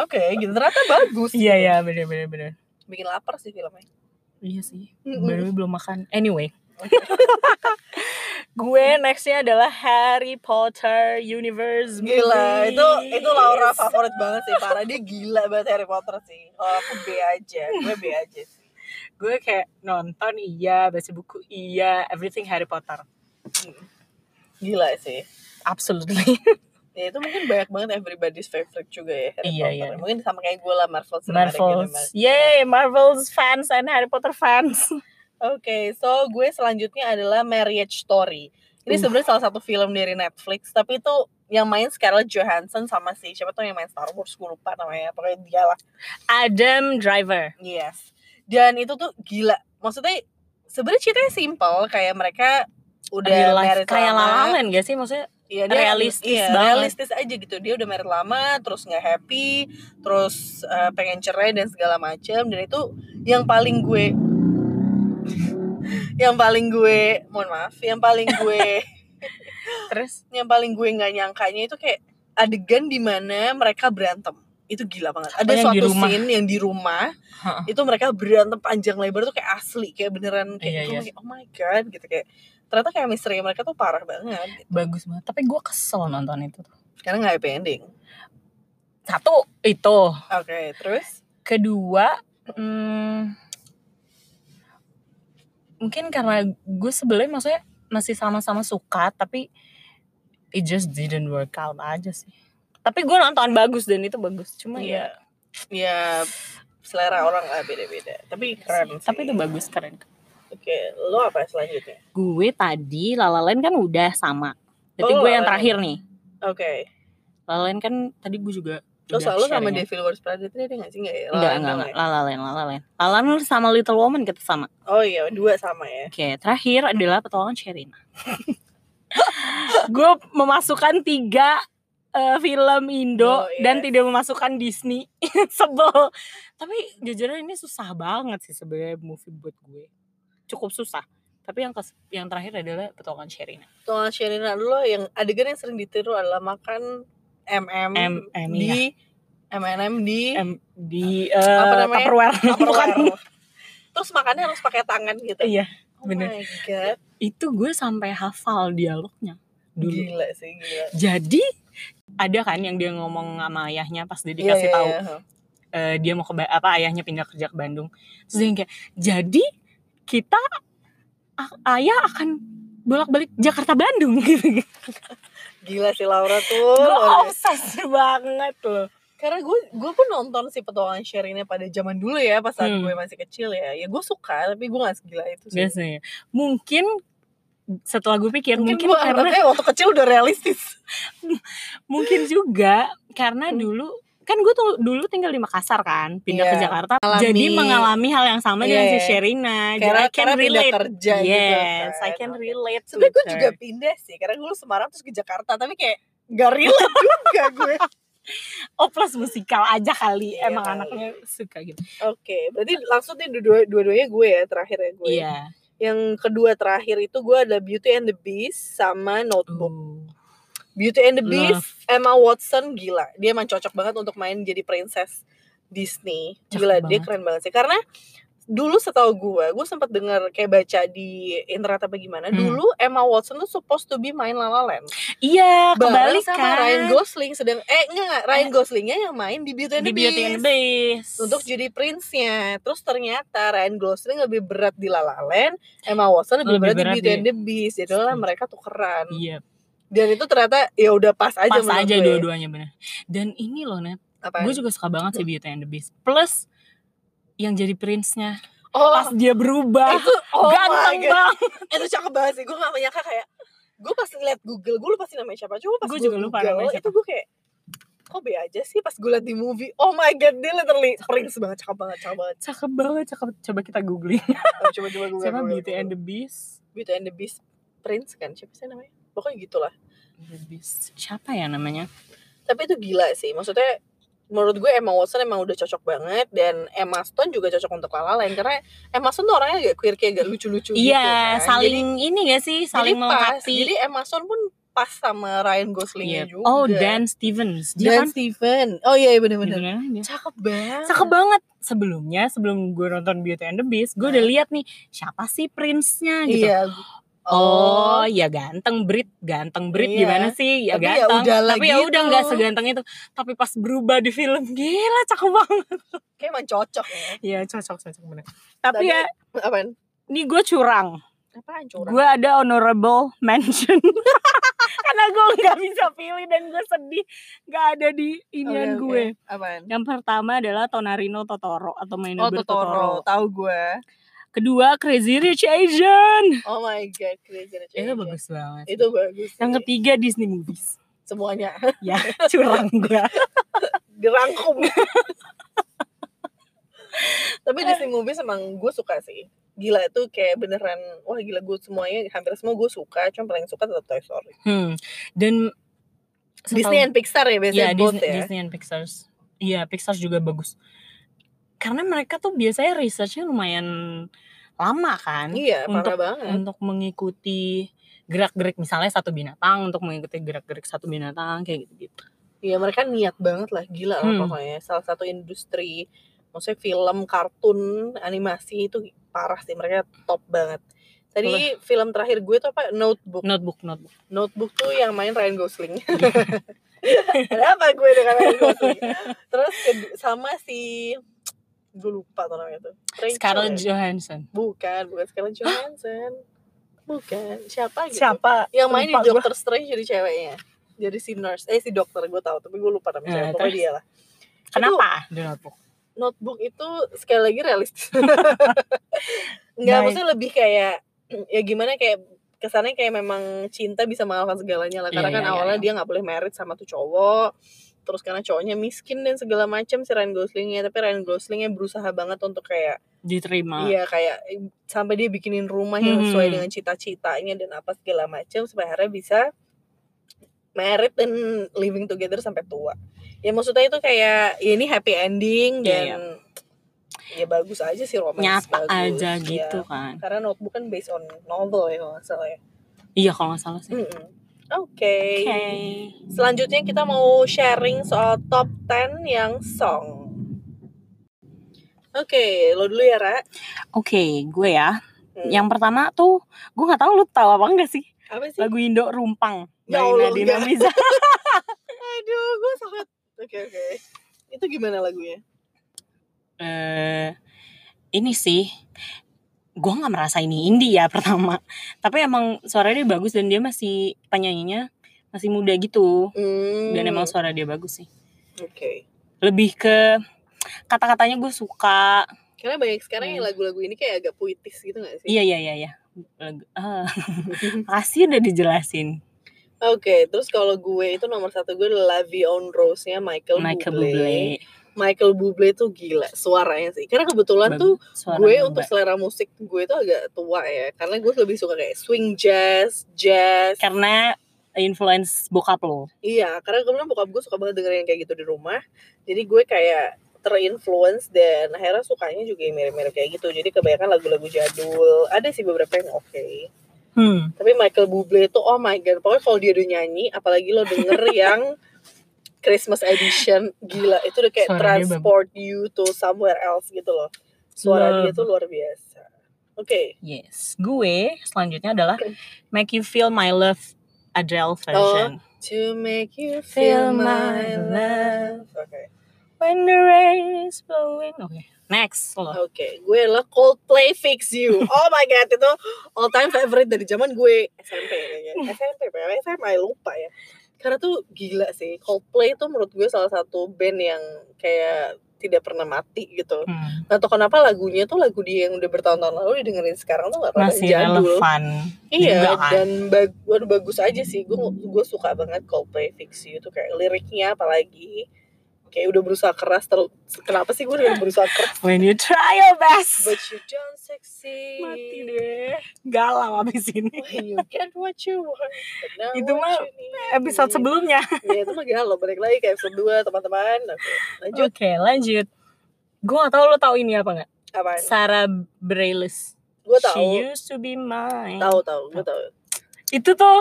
Speaker 2: Oke, gitu. Ternyata bagus.
Speaker 1: Iya iya bener bener bener
Speaker 2: Bikin lapar sih filmnya.
Speaker 1: Iya sih,
Speaker 2: Mm-mm.
Speaker 1: baru belum makan. Anyway, gue nextnya adalah Harry Potter Universe.
Speaker 2: Gila, itu itu Laura
Speaker 1: Movies.
Speaker 2: favorit banget sih. Parah dia gila banget Harry Potter sih. Kalau aku B aja, gue B aja sih.
Speaker 1: Gue kayak nonton iya, baca buku iya, everything Harry Potter.
Speaker 2: Gila sih.
Speaker 1: Absolutely.
Speaker 2: Ya itu mungkin banyak banget everybody's favorite juga ya Harry
Speaker 1: Iya,
Speaker 2: Potter.
Speaker 1: iya.
Speaker 2: Mungkin sama kayak gue lah Marvel iya. Cinematic
Speaker 1: Marvels.
Speaker 2: Universe.
Speaker 1: Yay, Marvels fans and Harry Potter fans.
Speaker 2: Oke, so gue selanjutnya adalah Marriage Story. Ini
Speaker 1: Uh.
Speaker 2: sebenarnya salah satu film dari Netflix, tapi itu yang main Scarlett Johansson sama si siapa tuh yang main Star Wars, gue lupa namanya. Pokoknya dia lah.
Speaker 1: Adam Driver.
Speaker 2: Yes. Dan itu tuh gila. Maksudnya sebenarnya ceritanya simple kayak mereka
Speaker 1: Real
Speaker 2: udah
Speaker 1: life.
Speaker 2: married
Speaker 1: kayak
Speaker 2: lama.
Speaker 1: lalaman gak sih maksudnya?
Speaker 2: Iya,
Speaker 1: Realistis
Speaker 2: iya,
Speaker 1: banget.
Speaker 2: realistis aja gitu. Dia udah married lama, terus nggak happy, terus eh, pengen cerai dan segala macam. Dan itu yang paling gue yang paling gue mohon maaf yang paling gue
Speaker 1: Terus
Speaker 2: yang paling gue nggak nyangkanya itu kayak adegan di mana mereka berantem itu gila banget ada
Speaker 1: yang di
Speaker 2: suatu
Speaker 1: rumah.
Speaker 2: scene yang di rumah
Speaker 1: Ha.
Speaker 2: itu mereka berantem panjang lebar tuh kayak asli kayak beneran
Speaker 1: Iya,
Speaker 2: kayak gue
Speaker 1: iya.
Speaker 2: kayak, oh my god gitu kayak ternyata kayak misteri mereka tuh parah banget
Speaker 1: bagus banget. Tapi gue kesel nonton itu. tuh.
Speaker 2: karena nggak happy ending
Speaker 1: Satu itu.
Speaker 2: oke terus
Speaker 1: kedua hmm, mungkin karena gue sebelumnya maksudnya masih sama-sama suka tapi it just didn't work out aja sih tapi gue nonton bagus dan itu bagus cuma
Speaker 2: Iya. ya selera orang lah beda-beda tapi
Speaker 1: ya
Speaker 2: keren Iya sih.
Speaker 1: tapi itu bagus keren
Speaker 2: oke lo apa selanjutnya
Speaker 1: gue tadi lalalain kan udah sama berarti
Speaker 2: Oh,
Speaker 1: gue yang
Speaker 2: La La Land.
Speaker 1: terakhir nih
Speaker 2: oke
Speaker 1: lalalain kan tadi gue juga udah
Speaker 2: lo Oh, selalu sama
Speaker 1: sharing ya.
Speaker 2: Devil Wears Prada itu ada nggak sih nggak ya
Speaker 1: enggak enggak
Speaker 2: Lawan dong
Speaker 1: enggak
Speaker 2: ya?
Speaker 1: lalalain lalalain lalalain sama Little Woman kita sama
Speaker 2: oh iya dua sama ya
Speaker 1: Oke, terakhir adalah petualangan Sherina. gue memasukkan tiga eh, film Indo
Speaker 2: Oh, yes.
Speaker 1: dan tidak memasukkan Disney. Sebel. Tapi jujurnya ini susah banget sih sebenarnya movie buat gue. Cukup susah. Tapi yang kes- yang terakhir adalah petualangan Sherina.
Speaker 2: Tuan Sherina dulu yang adegan yang sering ditiru adalah makan MM
Speaker 1: M M ya.
Speaker 2: di M&M di
Speaker 1: M di
Speaker 2: Apa
Speaker 1: eh,
Speaker 2: namanya?
Speaker 1: Tupperware. Bukan.
Speaker 2: Tupperware. Terus makannya harus pakai tangan gitu.
Speaker 1: Iya.
Speaker 2: Oh
Speaker 1: bener.
Speaker 2: my god.
Speaker 1: Itu gue sampai hafal dialognya dulu.
Speaker 2: Gila sih, gila.
Speaker 1: Jadi ada kan yang dia ngomong sama ayahnya pas dia
Speaker 2: Iya,
Speaker 1: dikasih
Speaker 2: iya,
Speaker 1: tahu
Speaker 2: iya.
Speaker 1: eh, dia mau ke Ba- apa ayahnya pindah kerja ke Bandung terus
Speaker 2: Hmm.
Speaker 1: dia yang kayak jadi kita a- ayah akan bolak-balik Jakarta Bandung gitu
Speaker 2: Gila sih Laura tuh.
Speaker 1: gue
Speaker 2: luar biasa.
Speaker 1: obses banget loh
Speaker 2: Karena gue gue pun nonton si petualangan Sherina pada zaman dulu ya pas saat
Speaker 1: Hmm.
Speaker 2: gue masih kecil ya. Ya gue suka tapi gue gak segila itu sih.
Speaker 1: biasanya mungkin setelah gue pikir mungkin,
Speaker 2: gua
Speaker 1: karena
Speaker 2: anggapnya waktu kecil udah realistis
Speaker 1: mungkin juga karena
Speaker 2: Hmm.
Speaker 1: dulu kan gue tuh dulu tinggal di Makassar kan pindah ke
Speaker 2: Iya.
Speaker 1: Jakarta
Speaker 2: Alami.
Speaker 1: jadi mengalami hal yang sama dengan si
Speaker 2: Iya.
Speaker 1: Sherina jadi
Speaker 2: karena
Speaker 1: I can
Speaker 2: karena pindah
Speaker 1: relate
Speaker 2: kerja
Speaker 1: yes
Speaker 2: gitu
Speaker 1: I can relate
Speaker 2: sebenernya gue
Speaker 1: with
Speaker 2: juga
Speaker 1: her.
Speaker 2: pindah sih karena gue dulu Semarang terus ke Jakarta tapi kayak gak relate juga gue
Speaker 1: oh plus musikal aja kali
Speaker 2: Iya,
Speaker 1: emang
Speaker 2: kali.
Speaker 1: anaknya suka gitu
Speaker 2: oke berarti langsung nih dua- dua-duanya gue ya terakhir ya gue
Speaker 1: iya
Speaker 2: yang kedua terakhir itu gue ada Beauty and the Beast sama Notebook
Speaker 1: Uh,
Speaker 2: Beauty and the
Speaker 1: Love.
Speaker 2: Beast Emma Watson gila dia emang cocok banget untuk main jadi princess Disney
Speaker 1: Cakep
Speaker 2: gila
Speaker 1: banget.
Speaker 2: dia keren banget sih karena dulu setahu gue gue sempat dengar kayak baca di internet apa gimana
Speaker 1: Hmm.
Speaker 2: dulu Emma Watson tuh supposed to be main La La Land
Speaker 1: iya
Speaker 2: Bareng
Speaker 1: kembali
Speaker 2: sama Ryan
Speaker 1: kan
Speaker 2: Gosling sedang eh enggak enggak, Ryan Goslingnya yang main di Beauty and
Speaker 1: di
Speaker 2: the
Speaker 1: Beauty and the
Speaker 2: Beast
Speaker 1: Beast
Speaker 2: untuk jadi prince-nya. Terus ternyata Ryan Gosling lebih berat di La La Land, Emma Watson
Speaker 1: Lebih
Speaker 2: lebih, berat,
Speaker 1: berat
Speaker 2: di Beauty
Speaker 1: di-
Speaker 2: and the Beast. Jadi lah
Speaker 1: Setuju.
Speaker 2: mereka tukeran.
Speaker 1: iya
Speaker 2: Dan itu ternyata ya udah pas aja
Speaker 1: pas
Speaker 2: menurut
Speaker 1: aja
Speaker 2: gue. ya.
Speaker 1: dua-duanya bener dan ini loh net
Speaker 2: Apaan?
Speaker 1: gue juga suka banget sih Beauty and the Beast plus yang jadi prince-nya
Speaker 2: Oh,
Speaker 1: pas dia berubah
Speaker 2: itu oh
Speaker 1: ganteng
Speaker 2: my God.
Speaker 1: banget
Speaker 2: Itu cakep banget sih. Gue gak menyangka kayak gue pas ngeliat Google, gue lupa sih namanya siapa. Cuma pas
Speaker 1: Gue
Speaker 2: gue
Speaker 1: juga lupa namanya siapa.
Speaker 2: Itu gue kayak kok be aja sih pas gue liat di movie. Oh my god, dia literally prince banget, cakep banget, cakep banget.
Speaker 1: cakep banget cakep coba kita googling
Speaker 2: Oh, coba coba gue.
Speaker 1: siapa Beauty and the Beast
Speaker 2: Beauty and the Beast Prince kan siapa sih namanya pokoknya gitulah
Speaker 1: The Beast siapa ya namanya
Speaker 2: tapi itu gila sih maksudnya menurut gue Emma Watson emang udah cocok banget dan Emma Stone juga cocok untuk La La Land karena Emma Stone tuh orangnya agak quirky agak lucu-lucu gitu
Speaker 1: iya
Speaker 2: kan.
Speaker 1: saling ini gak sih
Speaker 2: Jadi-
Speaker 1: saling
Speaker 2: jadi pas,
Speaker 1: melengkapi
Speaker 2: jadi Emma Stone pun pas sama Ryan Gosling
Speaker 1: Iya.
Speaker 2: juga
Speaker 1: oh Dan Stevens dia
Speaker 2: Dan
Speaker 1: kan
Speaker 2: Steven oh iya iya bener-bener
Speaker 1: bener
Speaker 2: cakep banget
Speaker 1: cakep banget sebelumnya sebelum gue nonton Beauty and the Beast gue udah lihat nih siapa sih prince-nya gitu
Speaker 2: iya
Speaker 1: Oh, ya ganteng Brit, ganteng Brit
Speaker 2: Iya.
Speaker 1: gimana sih? Ya
Speaker 2: Tapi ya
Speaker 1: ganteng.
Speaker 2: udahlah
Speaker 1: Tapi ya udah
Speaker 2: gitu.
Speaker 1: nggak seganteng itu. Tapi pas berubah di film gila cakep banget.
Speaker 2: kayak emang cocok ya
Speaker 1: Iya, cocok cocok bener. Tapi
Speaker 2: Tadi-
Speaker 1: ya
Speaker 2: apaan
Speaker 1: ini gue curang.
Speaker 2: apaan curang
Speaker 1: Gue ada honorable mention. Karena gue nggak bisa pilih dan gue sedih nggak ada di inian
Speaker 2: Oke, oke.
Speaker 1: gue.
Speaker 2: Oh, iya, apaan
Speaker 1: Yang pertama adalah Tonarino Totoro atau Main
Speaker 2: Oh
Speaker 1: Totoro.
Speaker 2: Totoro, tahu gue.
Speaker 1: Kedua Crazy Rich Asian.
Speaker 2: Oh my god, crazy Rich
Speaker 1: Itu
Speaker 2: Asian.
Speaker 1: bagus banget.
Speaker 2: Iya, Itu bagus.
Speaker 1: Yang
Speaker 2: sih.
Speaker 1: ketiga Disney movies.
Speaker 2: semuanya
Speaker 1: Ya, curang gue.
Speaker 2: dirangkum tapi Disney movies emang gue suka sih gila itu kayak beneran wah gila gue semuanya hampir semua gue suka cuma paling suka tetap Toy Story
Speaker 1: Hmm. Dan setahu-
Speaker 2: Disney and Pixar ya
Speaker 1: ya,
Speaker 2: biasanya both
Speaker 1: Disney,
Speaker 2: ya
Speaker 1: Disney and Pixar. Iya, Pixar juga bagus. Karena mereka tuh biasanya researchnya lumayan lama kan
Speaker 2: iya
Speaker 1: untuk
Speaker 2: parah banget
Speaker 1: untuk mengikuti gerak-gerik misalnya satu binatang untuk mengikuti gerak-gerik satu binatang kayak gitu-gitu.
Speaker 2: iya mereka niat banget lah gila lah
Speaker 1: Hmm.
Speaker 2: pokoknya salah satu industri maksudnya film kartun animasi itu parah sih mereka top banget tadi film terakhir gue tuh apa Notebook
Speaker 1: Notebook, notebook.
Speaker 2: Notebook tuh yang main Ryan Gosling. Ada apa gue dengan Ryan Gosling? Terus ked- sama si gue lupa tuh namanya tuh. Rachel
Speaker 1: Scarlett
Speaker 2: ya?
Speaker 1: Johansson.
Speaker 2: Bukan, bukan Scarlett Johansson. bukan, siapa gitu?
Speaker 1: Siapa?
Speaker 2: Yang main di
Speaker 1: Lupa
Speaker 2: Doctor Strange jadi ceweknya. Jadi si nurse, eh si dokter gue tahu, tapi gue lupa
Speaker 1: Eh,
Speaker 2: namanya siapa.
Speaker 1: terus?
Speaker 2: Pokoknya dia lah.
Speaker 1: Kenapa? The Notebook.
Speaker 2: Notebook itu sekali lagi realistis. Enggak,
Speaker 1: Baik.
Speaker 2: maksudnya lebih kayak ya gimana kayak kesannya kayak memang cinta bisa mengalahkan segalanya lah. Karena
Speaker 1: Iya,
Speaker 2: kan
Speaker 1: iya, iya,
Speaker 2: awalnya
Speaker 1: iya.
Speaker 2: dia nggak boleh married sama tuh cowok. Terus karena cowoknya miskin dan segala macam si Ryan Goslingnya, tapi Ryan Goslingnya berusaha banget untuk kayak
Speaker 1: Diterima.
Speaker 2: iya kayak eh, sampai dia bikinin rumah yang sesuai
Speaker 1: Hmm.
Speaker 2: dengan cita-citanya dan apa segala macam supaya akhirnya bisa married dan living together sampai tua. Ya maksudnya itu kayak ya ini happy ending
Speaker 1: Iya,
Speaker 2: dan ya bagus aja sih romance
Speaker 1: Nyata
Speaker 2: bagus.
Speaker 1: aja
Speaker 2: Ya,
Speaker 1: gitu kan.
Speaker 2: Karena notebook kan based on novel ya kalau nggak salah ya.
Speaker 1: Iya kalau nggak salah sih. Oke.
Speaker 2: Mm-mm. Oke. Selanjutnya kita mau sharing soal top 10 yang song. Oke, lo dulu ya, Ra.
Speaker 1: Oke, gue ya.
Speaker 2: Hmm.
Speaker 1: Yang pertama tuh gue nggak tahu lu tahu apa enggak sih
Speaker 2: apa sih?
Speaker 1: lagu Indo Rumpang
Speaker 2: Ya
Speaker 1: dari
Speaker 2: Allah,
Speaker 1: Nadine
Speaker 2: enggak.
Speaker 1: Amiza.
Speaker 2: Aduh, gue sangat Oke, oke. Itu gimana lagunya?
Speaker 1: Eh, ini sih gue nggak merasa ini indie ya pertama. Tapi emang suaranya dia bagus dan dia masih penyanyinya masih muda gitu
Speaker 2: Hmm.
Speaker 1: dan emang suara dia bagus sih.
Speaker 2: Oke.
Speaker 1: Lebih ke kata-katanya gue suka.
Speaker 2: Karena banyak sekarang
Speaker 1: Hmm.
Speaker 2: yang lagu-lagu ini kayak agak puitis gitu gak sih?
Speaker 1: Iya iya iya iya. Leg- ah. Makasih udah dijelasin.
Speaker 2: Oke, terus kalau gue itu nomor satu gue Lavion Rose-nya Michael,
Speaker 1: Michael
Speaker 2: Bublé.
Speaker 1: Bublé.
Speaker 2: Michael Bublé tuh gila suaranya sih. Karena kebetulan
Speaker 1: Bag-
Speaker 2: tuh
Speaker 1: suara
Speaker 2: gue
Speaker 1: Bublé.
Speaker 2: untuk selera musik gue tuh agak tua ya. Karena gue lebih suka kayak swing jazz, jazz.
Speaker 1: karena influence bokap lo.
Speaker 2: Iya, karena kebetulan bokap gue suka banget dengerin yang kayak gitu di rumah. Jadi gue kayak terinfluence dan akhirnya sukanya juga yang mirip-mirip kayak gitu. Jadi kebanyakan lagu-lagu jadul. Ada sih beberapa yang oke.
Speaker 1: Hmm.
Speaker 2: Tapi Michael Bublé tuh oh my god. Pokoknya kalau dia udah nyanyi, apalagi lo denger yang Christmas edition gila itu udah kayak
Speaker 1: Suara dia
Speaker 2: transport you to somewhere else gitu loh. Suara dia
Speaker 1: Love.
Speaker 2: tuh luar biasa. Oke.
Speaker 1: Yes. Gue selanjutnya adalah Make You Feel My Love
Speaker 2: Oh.
Speaker 1: Adele version.
Speaker 2: To make you feel my love. Oke.
Speaker 1: When the rain is blowing. Oke. Next lo.
Speaker 2: Oke, gue adalah Coldplay Fix You. Oh my god, itu all time favorite dari zaman gue SMP kayaknya. SMP, apa SMA lupa ya. Karena tuh gila sih. Coldplay tuh menurut gue salah satu band yang kayak tidak pernah mati gitu.
Speaker 1: Hmm.
Speaker 2: Gak tau kenapa lagunya tuh lagu dia yang udah bertahun-tahun lalu didengerin sekarang tuh gak pernah
Speaker 1: Masih
Speaker 2: jadul.
Speaker 1: relevan. juga
Speaker 2: Iya,
Speaker 1: kan.
Speaker 2: dan bag- waduh, bagus aja sih. Gue gue suka banget Coldplay Fix You tuh kayak liriknya apalagi kayak udah berusaha keras terus kenapa sih gue udah berusaha keras
Speaker 1: When you try your best.
Speaker 2: But you don't succeed.
Speaker 1: Mati deh. Galau abis ini.
Speaker 2: When you get what you want. but not
Speaker 1: Itu
Speaker 2: what
Speaker 1: mah
Speaker 2: you need.
Speaker 1: Episode sebelumnya.
Speaker 2: Ya itu mah galau. Balik lagi ke episode 2 teman-teman. Oke, lanjut.
Speaker 1: Oke lanjut. Gue gak tau lo tau ini apa gak?
Speaker 2: Apaan?
Speaker 1: Sarah Bareilles.
Speaker 2: Gue
Speaker 1: She
Speaker 2: tahu.
Speaker 1: used to be mine.
Speaker 2: Tahu tahu, gue tahu.
Speaker 1: Itu tuh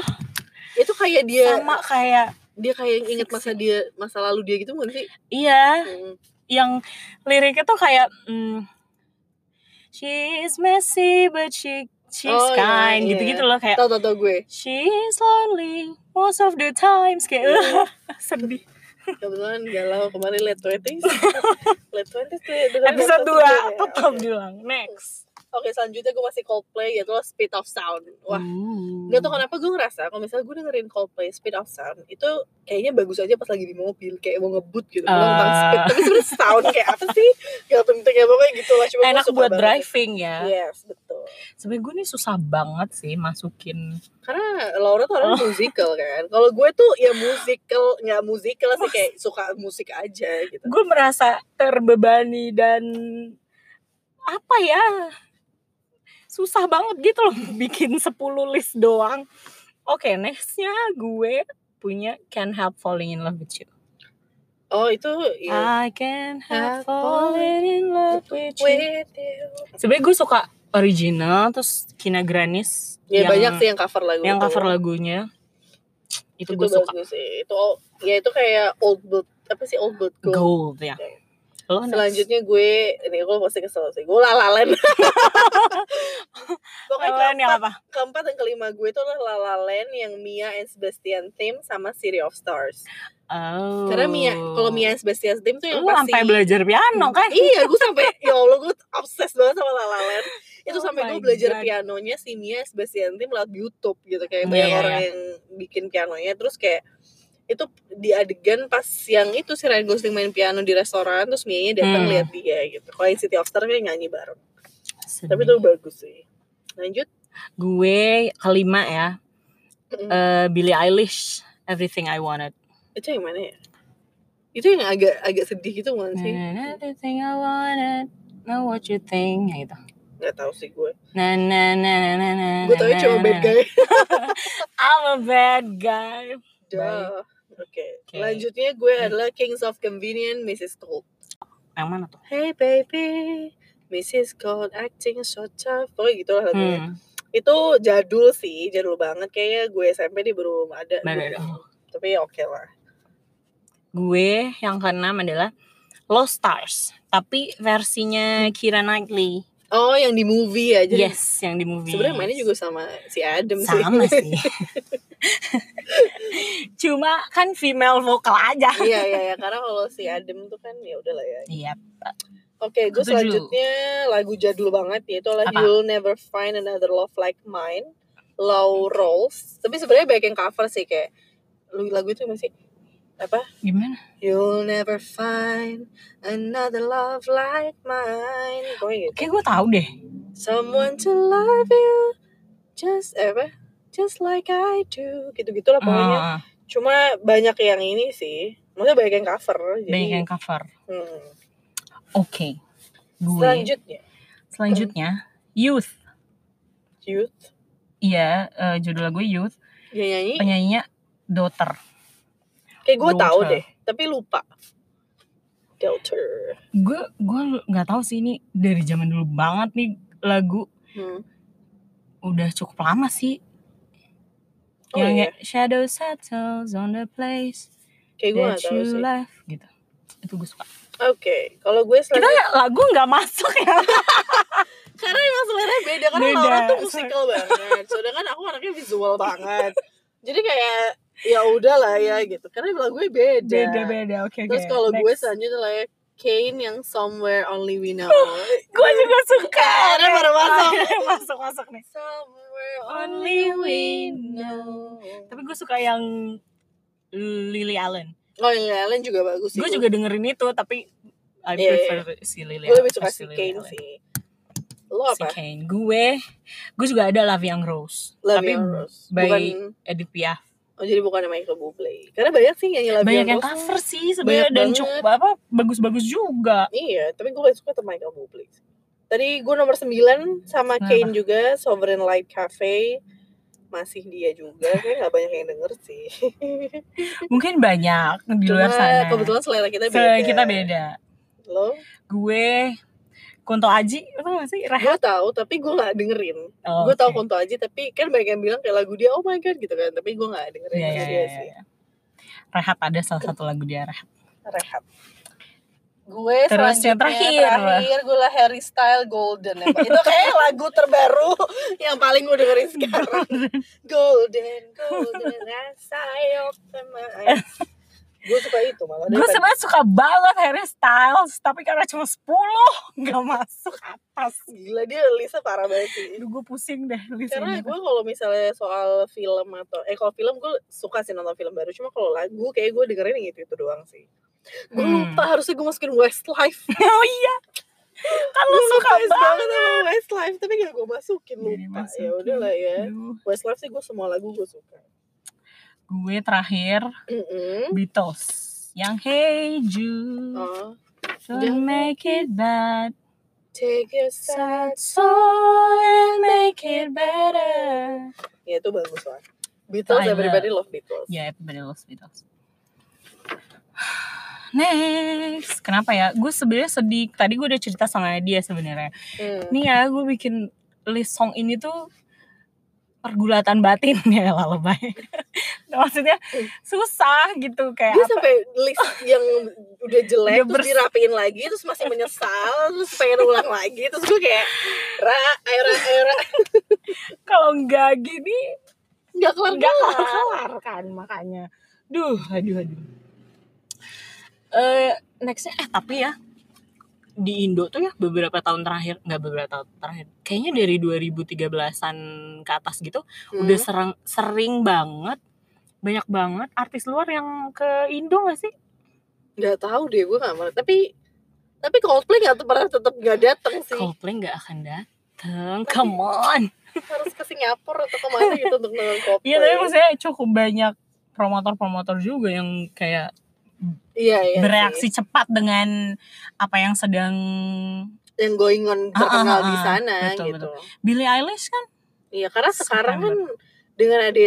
Speaker 2: Itu kayak dia
Speaker 1: sama kayak
Speaker 2: dia kayak inget masa dia masa lalu dia gitu bukan sih?
Speaker 1: Iya,
Speaker 2: Hmm.
Speaker 1: yang liriknya tuh kayak mm, She's messy but she she's
Speaker 2: Oh, iya,
Speaker 1: kind
Speaker 2: iya,
Speaker 1: gitu-gitu
Speaker 2: iya.
Speaker 1: loh kayak
Speaker 2: Tahu tahu tahu gue.
Speaker 1: She's lonely most of the times kayak
Speaker 2: Iya.
Speaker 1: sedih.
Speaker 2: Kebetulan galau kemarin late 20s. late 20s tuh. ya, dengerin
Speaker 1: Episode
Speaker 2: late 20s
Speaker 1: 2
Speaker 2: ya.
Speaker 1: tetap
Speaker 2: Oke.
Speaker 1: bilang next.
Speaker 2: Oke, selanjutnya gue masih Coldplay yaitu Speed of Sound. Wah,
Speaker 1: Hmm.
Speaker 2: Gak tau kenapa gue ngerasa kalau misalnya gue dengerin Coldplay Speed of Sound itu kayaknya bagus aja pas lagi di mobil kayak mau ngebut gitu ngomong
Speaker 1: Ah.
Speaker 2: tentang speed tapi sebenarnya sound kayak apa sih gak penting ya pokoknya gitu lah cuma gue
Speaker 1: Enak
Speaker 2: suka
Speaker 1: buat
Speaker 2: banget. Iya.
Speaker 1: driving ya.
Speaker 2: yes betul
Speaker 1: Sebenernya gue nih susah banget sih masukin
Speaker 2: karena Laura tuh
Speaker 1: Oh.
Speaker 2: orang musical kan kalau gue tuh ya musical nggak musical sih kayak suka musik aja gitu
Speaker 1: gue merasa terbebani dan apa ya susah banget gitu loh bikin 10 list doang oke nextnya gue punya Can't Help Falling in Love with You
Speaker 2: oh itu ya
Speaker 1: I Can't Help Falling in Love with You
Speaker 2: With you.
Speaker 1: sebenarnya gue suka original terus Kina Granis
Speaker 2: ya banyak sih yang cover lagu
Speaker 1: yang
Speaker 2: itu.
Speaker 1: cover lagunya itu,
Speaker 2: itu
Speaker 1: gue suka
Speaker 2: bagus sih itu ya itu kayak old but apa sih old but gold
Speaker 1: Gold ya Lo next.
Speaker 2: Selanjutnya gue ini gue pasti kesel sih. Gue lalalen. Pokoknya
Speaker 1: Kalian yang Oh,
Speaker 2: keempat,
Speaker 1: apa
Speaker 2: keempat dan kelima gue itu adalah lalalen yang Mia and Sebastian Tim sama City of Stars.
Speaker 1: oh.
Speaker 2: Karena Mia kalau Mia and Sebastian Tim tuh yang
Speaker 1: lu
Speaker 2: pasti
Speaker 1: sampai belajar piano kan
Speaker 2: Iya, gue sampai ya Allah gue tuh obses banget sama lalalen. Itu
Speaker 1: Oh
Speaker 2: sampai
Speaker 1: my
Speaker 2: gue belajar
Speaker 1: God.
Speaker 2: pianonya si Mia and Sebastian Tim lewat YouTube gitu kayak
Speaker 1: Iya,
Speaker 2: banyak
Speaker 1: iya,
Speaker 2: orang
Speaker 1: iya.
Speaker 2: yang bikin pianonya terus kayak itu di adegan pas yang itu si Ryan Gosling main piano di restoran terus Mia datang
Speaker 1: Hmm.
Speaker 2: lihat dia gitu. Kalau yang City of Stars kayak nyanyi bareng.
Speaker 1: Sedih.
Speaker 2: Tapi itu bagus sih. Lanjut.
Speaker 1: gue kelima ya
Speaker 2: Mm.
Speaker 1: eh Billie Eilish Everything I Wanted
Speaker 2: Itu yang mana ya? Itu yang agak agak sedih gitu kan sih?
Speaker 1: Na, na, Everything I Wanted Know what you think ya gitu
Speaker 2: Gak tau sih gue.
Speaker 1: na na na na na na
Speaker 2: Gue tau
Speaker 1: na,
Speaker 2: cuma
Speaker 1: na,
Speaker 2: bad
Speaker 1: na.
Speaker 2: guy.
Speaker 1: I'm a bad guy
Speaker 2: Duh. Oke.
Speaker 1: Oke. Hmm.
Speaker 2: Lanjutnya gue adalah Kings of Convenient Mrs. Cold.
Speaker 1: yang mana tuh
Speaker 2: Hey baby, Mrs. Cold acting so tough. Pokoknya gitu lah lagunya.
Speaker 1: hmm.
Speaker 2: Itu jadul sih, jadul banget. Kayaknya gue SMP dia belum ada.
Speaker 1: Baru-
Speaker 2: Tapi ya oke lah.
Speaker 1: gue yang keenam adalah Lost Stars tapi versinya Kira Knightley
Speaker 2: Oh yang di movie ya. Jadi
Speaker 1: yes yang di movie
Speaker 2: sebenarnya mainnya juga sama si Adam
Speaker 1: sama sih
Speaker 2: sih.
Speaker 1: cuma kan female vokal aja
Speaker 2: Iya iya ya karena kalau si Adam tuh kan ya udahlah ya.
Speaker 1: Iya.
Speaker 2: Oke, gue
Speaker 1: Ketujuh.
Speaker 2: selanjutnya lagu jadul banget yaitu adalah
Speaker 1: Apa?
Speaker 2: You'll Never Find Another Love Like Mine, Low
Speaker 1: Hmm.
Speaker 2: Rolls. Tapi sebenarnya banyak yang cover sih kayak lu lagu itu masih apa?
Speaker 1: Gimana?
Speaker 2: You'll never find another love like mine. Pokoknya gitu.
Speaker 1: Kayak gue tahu deh.
Speaker 2: Someone to love you just eh, apa just like I do gitu gitulah pokoknya
Speaker 1: Ah,
Speaker 2: cuma banyak yang ini sih maksudnya banyak yang cover jadi
Speaker 1: banyak yang cover.
Speaker 2: hmm.
Speaker 1: Oke. Gue
Speaker 2: selanjutnya
Speaker 1: selanjutnya Youth.
Speaker 2: youth
Speaker 1: Iya, eh, judul lagu Youth.
Speaker 2: dia nyanyi
Speaker 1: Penyanyinya Daughter.
Speaker 2: kayak gue
Speaker 1: Daughter.
Speaker 2: tahu deh tapi lupa Delter
Speaker 1: Gue gue nggak tahu sih ini dari zaman dulu banget nih lagu
Speaker 2: hmm.
Speaker 1: udah cukup lama sih.
Speaker 2: oh
Speaker 1: yang
Speaker 2: iya
Speaker 1: Shadow settles on the place
Speaker 2: kayak gue
Speaker 1: that
Speaker 2: gak tahu
Speaker 1: you
Speaker 2: sih oke
Speaker 1: left gitu. Itu gue suka.
Speaker 2: kalau gue
Speaker 1: Kita
Speaker 2: selanjutnya
Speaker 1: lagu nggak masuk ya.
Speaker 2: karena emang selera beda karena
Speaker 1: Beda.
Speaker 2: Laura tuh musikal banget sedangkan aku anaknya visual banget jadi kayak ya udah lah ya gitu karena lagunya beda,
Speaker 1: beda. Oke
Speaker 2: terus kalau gue selanjutnya lah ya Kane yang Somewhere Only We Know
Speaker 1: gue juga suka.
Speaker 2: Akhirnya baru masuk.
Speaker 1: masuk masuk nih.
Speaker 2: Somewhere
Speaker 1: Only We Know. Tapi gue suka yang Lily Allen.
Speaker 2: Oh yang Allen juga bagus sih.
Speaker 1: Gue juga dengerin itu tapi I
Speaker 2: Iya,
Speaker 1: prefer si Lily.
Speaker 2: Gue lebih suka
Speaker 1: pasti
Speaker 2: si
Speaker 1: Lily
Speaker 2: Kane
Speaker 1: Allen.
Speaker 2: sih. Lo
Speaker 1: Si
Speaker 2: apa?
Speaker 1: Kane. Gue gue juga ada Love Young Rose.
Speaker 2: Love
Speaker 1: tapi
Speaker 2: Young Rose.
Speaker 1: by
Speaker 2: Bukan
Speaker 1: Edith Piaf.
Speaker 2: oh jadi bukan Michael Bublé. Karena banyak sih yang nyanyi Love
Speaker 1: Banyak
Speaker 2: Young
Speaker 1: yang
Speaker 2: Rose.
Speaker 1: cover sih sebenarnya
Speaker 2: Banyak
Speaker 1: dan
Speaker 2: banget.
Speaker 1: cukup apa bagus-bagus juga.
Speaker 2: Iya, tapi gue paling suka tuh Michael Bublé. sih. Tadi gue nomor 9 sama
Speaker 1: Kenapa?
Speaker 2: Kane juga, Sovereign Light Cafe. Masih dia juga, kayaknya gak banyak yang denger sih.
Speaker 1: Mungkin banyak di luar
Speaker 2: Cuma
Speaker 1: sana.
Speaker 2: kebetulan selera kita beda.
Speaker 1: Se- kita beda.
Speaker 2: Lo?
Speaker 1: Gue Kunto Aji, apa nggak sih? Rehat.
Speaker 2: Gue tahu tapi gue gak dengerin.
Speaker 1: Oh,
Speaker 2: gue
Speaker 1: oke.
Speaker 2: tahu Kunto Aji tapi kan banyak yang bilang kayak lagu dia oh my god gitu kan tapi gue nggak dengerin
Speaker 1: Iya,
Speaker 2: lagu
Speaker 1: iya,
Speaker 2: dia
Speaker 1: iya,
Speaker 2: sih
Speaker 1: iya. Rehat ada salah satu lagu dia Rehat.
Speaker 2: rehat gue
Speaker 1: Terus yang
Speaker 2: selanjutnya
Speaker 1: terakhir.
Speaker 2: terakhir gue lah Harry Style Golden ya, Pak. itu kayak lagu terbaru yang paling gue dengerin sekarang Golden Golden rasa open my eyes gue suka itu malah
Speaker 1: Gue
Speaker 2: daripada-
Speaker 1: sebenarnya suka banget Harry Styles, tapi karena cuma 10 nggak masuk atas.
Speaker 2: gila dia Lisa parah banget sih
Speaker 1: Aduh gue pusing deh
Speaker 2: karena
Speaker 1: listennya.
Speaker 2: gue kalau misalnya soal film atau eh kalau film gue suka sih nonton film baru cuma kalau lagu kayak gue dengerin yang itu itu doang sih gue
Speaker 1: Hmm.
Speaker 2: lupa harusnya gue masukin Westlife
Speaker 1: Oh iya. Kan lu
Speaker 2: gue
Speaker 1: suka
Speaker 2: suka banget
Speaker 1: banget.
Speaker 2: sama Westlife tapi gak gue masukin
Speaker 1: Nggak
Speaker 2: lupa
Speaker 1: dimasukin. Iya.
Speaker 2: ya udahlah ya
Speaker 1: Aduh.
Speaker 2: Westlife sih gue semua lagu gue suka
Speaker 1: Gue terakhir
Speaker 2: Mm-mm.
Speaker 1: Beatles. Yang Hey Jude,
Speaker 2: Oh,
Speaker 1: don't make it bad.
Speaker 2: take your side
Speaker 1: Sad song and make it better.
Speaker 2: ya itu bagus lah Beatles
Speaker 1: I love.
Speaker 2: everybody love Beatles
Speaker 1: Ya, everybody loves Beatles. Next, kenapa ya? Gue sebenarnya sedih. Tadi gue udah cerita sama dia sebenarnya.
Speaker 2: Hmm.
Speaker 1: Nih ya, gue bikin list song ini tuh pergulatan batin ya lalebay. Maksudnya susah gitu kayak
Speaker 2: dia
Speaker 1: apa?
Speaker 2: sampai list yang udah jelek
Speaker 1: Udah
Speaker 2: terus
Speaker 1: bers-
Speaker 2: dirapiin lagi terus masih menyesal terus pengen ulang lagi terus gue kayak ra ayo ra ayo ra
Speaker 1: Kalau nggak gini
Speaker 2: nggak kelar
Speaker 1: nggak
Speaker 2: kelar
Speaker 1: kelar kan makanya. Duh, aduh aduh. Eh, nextnya eh tapi ya di Indo tuh ya beberapa tahun terakhir nggak beberapa tahun terakhir kayaknya dari 2013an ke atas gitu udah
Speaker 2: Hmm.
Speaker 1: serang, sering banget banyak banget artis luar yang ke Indo gak sih
Speaker 2: nggak tahu deh gue nggak mer- tapi tapi Coldplay nggak te- pernah tetap nggak datang sih
Speaker 1: Coldplay nggak akan dateng come on
Speaker 2: harus ke Singapura atau kemana gitu untuk nonton Coldplay
Speaker 1: iya tapi maksudnya cukup banyak promotor-promotor juga yang kayak
Speaker 2: iya, iya
Speaker 1: bereaksi
Speaker 2: sih.
Speaker 1: cepat dengan apa yang sedang
Speaker 2: yang going on
Speaker 1: Ah, ah,
Speaker 2: terkenal
Speaker 1: ah,
Speaker 2: di
Speaker 1: ah.
Speaker 2: sana
Speaker 1: Betul,
Speaker 2: gitu
Speaker 1: Billie Eilish kan
Speaker 2: iya karena sekarang kan
Speaker 1: September.
Speaker 2: dengan ada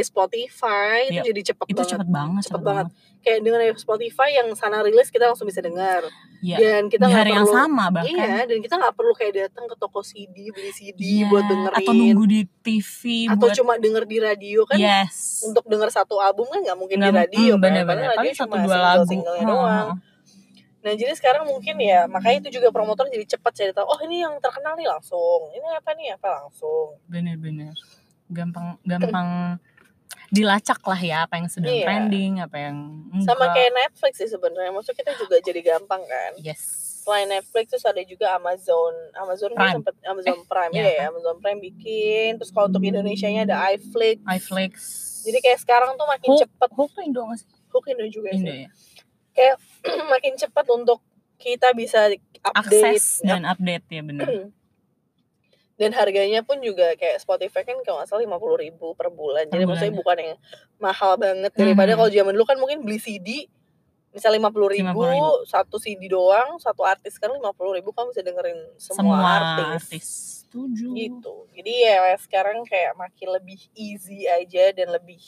Speaker 2: Spotify
Speaker 1: Iya,
Speaker 2: itu jadi cepet
Speaker 1: itu
Speaker 2: banget
Speaker 1: cepet banget
Speaker 2: Cepet banget. kayak dengan ada Spotify yang sana rilis kita langsung bisa dengar
Speaker 1: Iya.
Speaker 2: dan kita
Speaker 1: di
Speaker 2: nggak
Speaker 1: hari yang
Speaker 2: perlu
Speaker 1: sama bahkan
Speaker 2: iya dan kita nggak perlu kayak datang ke toko CD beli CD
Speaker 1: Iya,
Speaker 2: buat dengerin
Speaker 1: atau nunggu di TV
Speaker 2: Atau
Speaker 1: buat
Speaker 2: cuma denger di radio kan
Speaker 1: yes
Speaker 2: untuk denger satu album kan nggak mungkin
Speaker 1: Nggak
Speaker 2: di
Speaker 1: mu-
Speaker 2: radio
Speaker 1: hmm,
Speaker 2: kan
Speaker 1: bener-bener.
Speaker 2: Padahal radio
Speaker 1: paling satu
Speaker 2: cuma
Speaker 1: dua lagu
Speaker 2: single-singlenya
Speaker 1: Oh,
Speaker 2: doang
Speaker 1: oh, oh.
Speaker 2: nah jadi sekarang mungkin ya makanya itu juga promotor jadi cepat cerita oh ini yang terkenal nih langsung ini apa nih apa langsung
Speaker 1: bener-bener gampang gampang dilacak lah ya apa yang sedang
Speaker 2: Iya.
Speaker 1: trending apa yang
Speaker 2: sama
Speaker 1: enggak.
Speaker 2: kayak Netflix sih sebenarnya maksudnya kita juga jadi gampang kan
Speaker 1: yes
Speaker 2: selain Netflix terus ada juga Amazon Amazon gue
Speaker 1: Prime.
Speaker 2: sempet Amazon Prime
Speaker 1: iya
Speaker 2: ya, ya Amazon Prime bikin terus kalau untuk Indonesia nya ada iFlix
Speaker 1: iFlix
Speaker 2: jadi kayak sekarang tuh makin
Speaker 1: Hook.
Speaker 2: cepet
Speaker 1: Hook tuh Indo nggak sih
Speaker 2: hook Indo juga
Speaker 1: Indo
Speaker 2: sih
Speaker 1: ya
Speaker 2: makin cepet untuk kita bisa update
Speaker 1: akses dan update ya bener
Speaker 2: dan harganya pun juga kayak Spotify kan kalau nggak salah lima puluh ribu per bulan
Speaker 1: Per
Speaker 2: jadi maksudnya
Speaker 1: bulan.
Speaker 2: bukan yang mahal banget daripada
Speaker 1: Mhm.
Speaker 2: kalau zaman dulu kan mungkin beli CD misalnya lima puluh ribu,
Speaker 1: 50.000.
Speaker 2: satu CD doang satu artis sekarang lima puluh ribu kamu bisa dengerin semua, artis.
Speaker 1: Setuju.
Speaker 2: gitu jadi ya sekarang kayak makin lebih easy aja dan lebih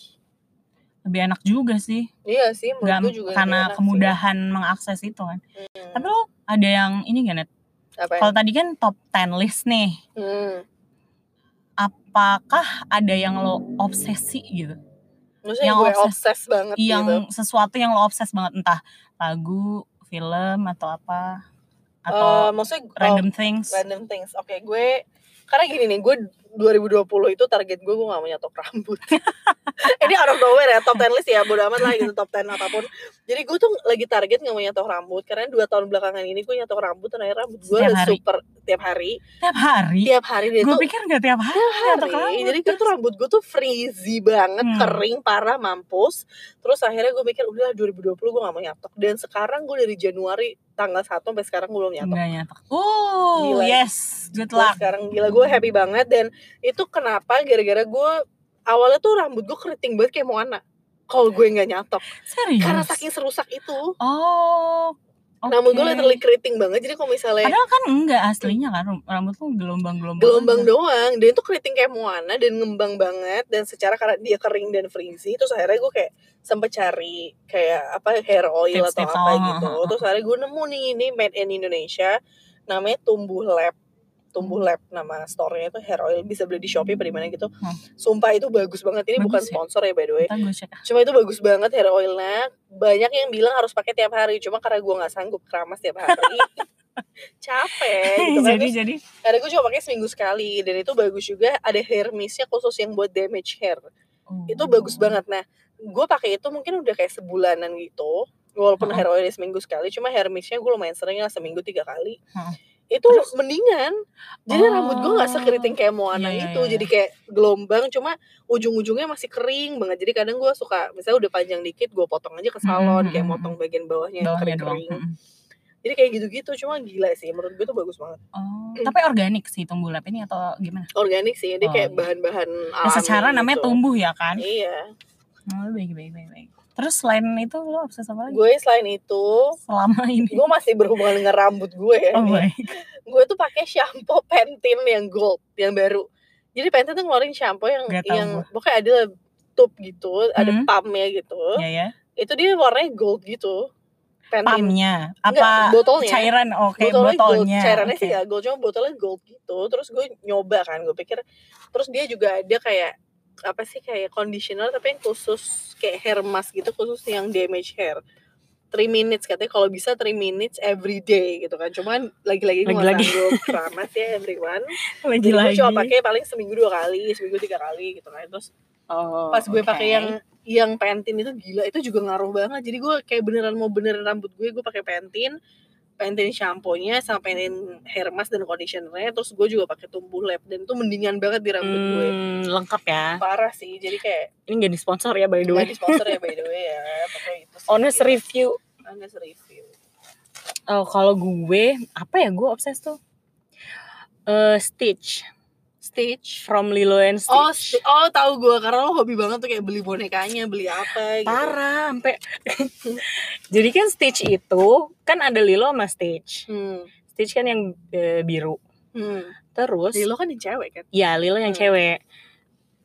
Speaker 1: Lebih enak juga sih.
Speaker 2: iya sih menurut
Speaker 1: Gak,
Speaker 2: gue juga
Speaker 1: karena
Speaker 2: enak sih.
Speaker 1: kemudahan mengakses itu kan.
Speaker 2: Hmm.
Speaker 1: Tapi lo ada yang ini gak Net?
Speaker 2: apa ya?
Speaker 1: Kalau tadi kan top 10 list nih.
Speaker 2: Hmm.
Speaker 1: Apakah ada yang lo obsesi gitu?
Speaker 2: maksudnya
Speaker 1: yang
Speaker 2: gue
Speaker 1: obses-
Speaker 2: obses banget gitu
Speaker 1: Yang sesuatu yang lo obses banget. Entah lagu, film, atau apa. Atau
Speaker 2: Eh, maksudnya oh,
Speaker 1: random things.
Speaker 2: random things. Oke, gue karena gini nih, gue 2020 itu target gue gue gak mau nyatok rambut. Ini out of nowhere ya, top 10 list ya, bodo amat lah gitu top 10 apapun. Jadi gue tuh lagi target gak mau nyatok rambut karena dua tahun belakangan ini gue nyatok rambut dan akhirnya rambut gue
Speaker 1: Setiap
Speaker 2: udah
Speaker 1: hari.
Speaker 2: super tiap hari,
Speaker 1: tiap hari.
Speaker 2: tiap hari dia
Speaker 1: Gue
Speaker 2: Iya, tuh
Speaker 1: pikir gak tiap hari. nyatok
Speaker 2: hari.
Speaker 1: rambut.
Speaker 2: Jadi gue tuh rambut gue tuh frizzy banget,
Speaker 1: Hmm.
Speaker 2: kering parah mampus. Terus akhirnya gue mikir udah 2020 gue gak mau nyatok dan sekarang gue dari Januari tanggal 1 sampai sekarang gue belum nyatok.
Speaker 1: Nggak nyatok. Oh,
Speaker 2: Gila.
Speaker 1: yes. Good
Speaker 2: Gua
Speaker 1: luck.
Speaker 2: sekarang gila gue happy banget dan itu kenapa gara-gara gue awalnya tuh rambut gue keriting banget kayak mau anak kalau gue nggak nyatok
Speaker 1: Serius.
Speaker 2: karena saking Nah, serusak itu
Speaker 1: Oh. oke.
Speaker 2: rambut gue literally keriting banget jadi kalau misalnya
Speaker 1: Padahal kan enggak aslinya kan ram- rambut lu gelombang-gelombang.
Speaker 2: gelombang
Speaker 1: aja.
Speaker 2: doang dan itu keriting kayak Moana dan ngembang banget dan secara karena dia kering dan frizzy terus akhirnya gue kayak sempet cari kayak apa hair oil atau
Speaker 1: Tips-tips,
Speaker 2: apa
Speaker 1: oh,
Speaker 2: gitu
Speaker 1: oh, oh.
Speaker 2: terus akhirnya gue nemu nih ini made in Indonesia namanya tumbuh lab tumbuh lab nama store-nya itu hair oil bisa beli di Shopee apa di mana gitu
Speaker 1: Hmm.
Speaker 2: sumpah itu bagus banget
Speaker 1: Bagus
Speaker 2: ini bukan
Speaker 1: ya?
Speaker 2: sponsor ya by the way
Speaker 1: Ntar gue cek.
Speaker 2: cuma itu bagus banget hair oilnya banyak yang bilang harus pakai tiap hari cuma karena gue nggak sanggup keramas tiap hari capek gitu kan
Speaker 1: jadi
Speaker 2: Terus
Speaker 1: jadi
Speaker 2: karena gue cuma pakai seminggu sekali dan itu bagus juga ada hair mistnya khusus yang buat damage hair itu bagus
Speaker 1: Oh.
Speaker 2: banget nah gue pakai itu mungkin udah kayak sebulanan gitu walaupun
Speaker 1: Oh.
Speaker 2: hair oilnya seminggu sekali cuma hair mistnya gue lumayan sering lah seminggu tiga kali
Speaker 1: Heeh.
Speaker 2: itu mendingan jadi
Speaker 1: Hmm. Oh.
Speaker 2: rambut gue nggak sekeriting kayak
Speaker 1: Iya,
Speaker 2: Moana
Speaker 1: iya,
Speaker 2: itu
Speaker 1: iya.
Speaker 2: jadi kayak gelombang cuma ujung-ujungnya masih kering banget jadi kadang gue suka misalnya udah panjang dikit gue potong aja ke salon
Speaker 1: Hmm,
Speaker 2: kayak
Speaker 1: hmm,
Speaker 2: motong bagian bawahnya yang
Speaker 1: Bawahnya doang.
Speaker 2: kering-kering Hmm.
Speaker 1: Mm-mm.
Speaker 2: jadi kayak gitu-gitu cuma gila sih menurut gue tuh bagus banget
Speaker 1: Oh, tapi organik sih tumbuh lab ini atau gimana?
Speaker 2: organik sih dia
Speaker 1: Oh,
Speaker 2: kayak
Speaker 1: iya.
Speaker 2: bahan-bahan alami
Speaker 1: Nah, secara namanya
Speaker 2: gitu.
Speaker 1: tumbuh ya kan?
Speaker 2: iya
Speaker 1: Oh, baik, baik, baik, baik. Terus selain itu lo obses apa lagi?
Speaker 2: gue selain itu
Speaker 1: Selama ini.
Speaker 2: gue masih berhubungan dengan rambut gue ya
Speaker 1: Oh my.
Speaker 2: gue tuh pakai shampoo Pantene yang gold yang baru jadi Pantene tuh ngeluarin shampoo yang
Speaker 1: Nggak tahu
Speaker 2: yang pokoknya ada tube gitu ada
Speaker 1: Hmm.
Speaker 2: pumpnya gitu
Speaker 1: Ya ya.
Speaker 2: itu dia warnanya gold gitu Pantene
Speaker 1: Pumpnya
Speaker 2: Nggak,
Speaker 1: apa
Speaker 2: botolnya.
Speaker 1: cairan? Oke,
Speaker 2: botolnya gold
Speaker 1: botolnya.
Speaker 2: cairannya
Speaker 1: Oke.
Speaker 2: sih ya. nggak gold cuma botolnya gold gitu terus gue nyoba kan gue pikir terus dia juga ada kayak apa sih kayak conditioner tapi yang khusus kayak hair mask gitu khusus yang damage hair 3 minutes katanya kalau bisa 3 minutes every day gitu kan cuman lagi-lagi gue nggak
Speaker 1: Lagi-lagi.
Speaker 2: sanggup keramas ya everyone jadi gue
Speaker 1: Lagi-lagi.
Speaker 2: cuma pakai paling seminggu dua kali seminggu tiga kali gitu kan terus
Speaker 1: Oh,
Speaker 2: pas gue
Speaker 1: oke.
Speaker 2: pakai yang yang pentin itu gila itu juga ngaruh banget jadi gue kayak beneran mau beneran rambut gue gue pakai pentin pentin shampoo-nya sama pentin hair mask dan conditioner-nya terus gue juga pakai tumbuh lab dan itu mendingan banget di rambut gue
Speaker 1: Hmm, lengkap ya.
Speaker 2: parah sih jadi kayak
Speaker 1: Ini gak di sponsor ya by the way.
Speaker 2: nggak di sponsor ya by the way ya pakai itu sih.
Speaker 1: Honest review.
Speaker 2: honest review
Speaker 1: Oh, kalau gue apa ya gue obses tuh. Eh Stitch
Speaker 2: Stitch
Speaker 1: from Lilo and Stitch.
Speaker 2: Oh, sti- oh tahu gue karena lo hobi banget tuh kayak beli bonekanya, beli apa gitu.
Speaker 1: parah sampai jadi kan Stitch itu kan ada Lilo sama Stitch
Speaker 2: Hmm.
Speaker 1: Stitch kan yang eh, biru
Speaker 2: Hmm.
Speaker 1: terus
Speaker 2: Jadi lo kan yang cewek kan?
Speaker 1: ya Lilo yang
Speaker 2: Hmm.
Speaker 1: cewek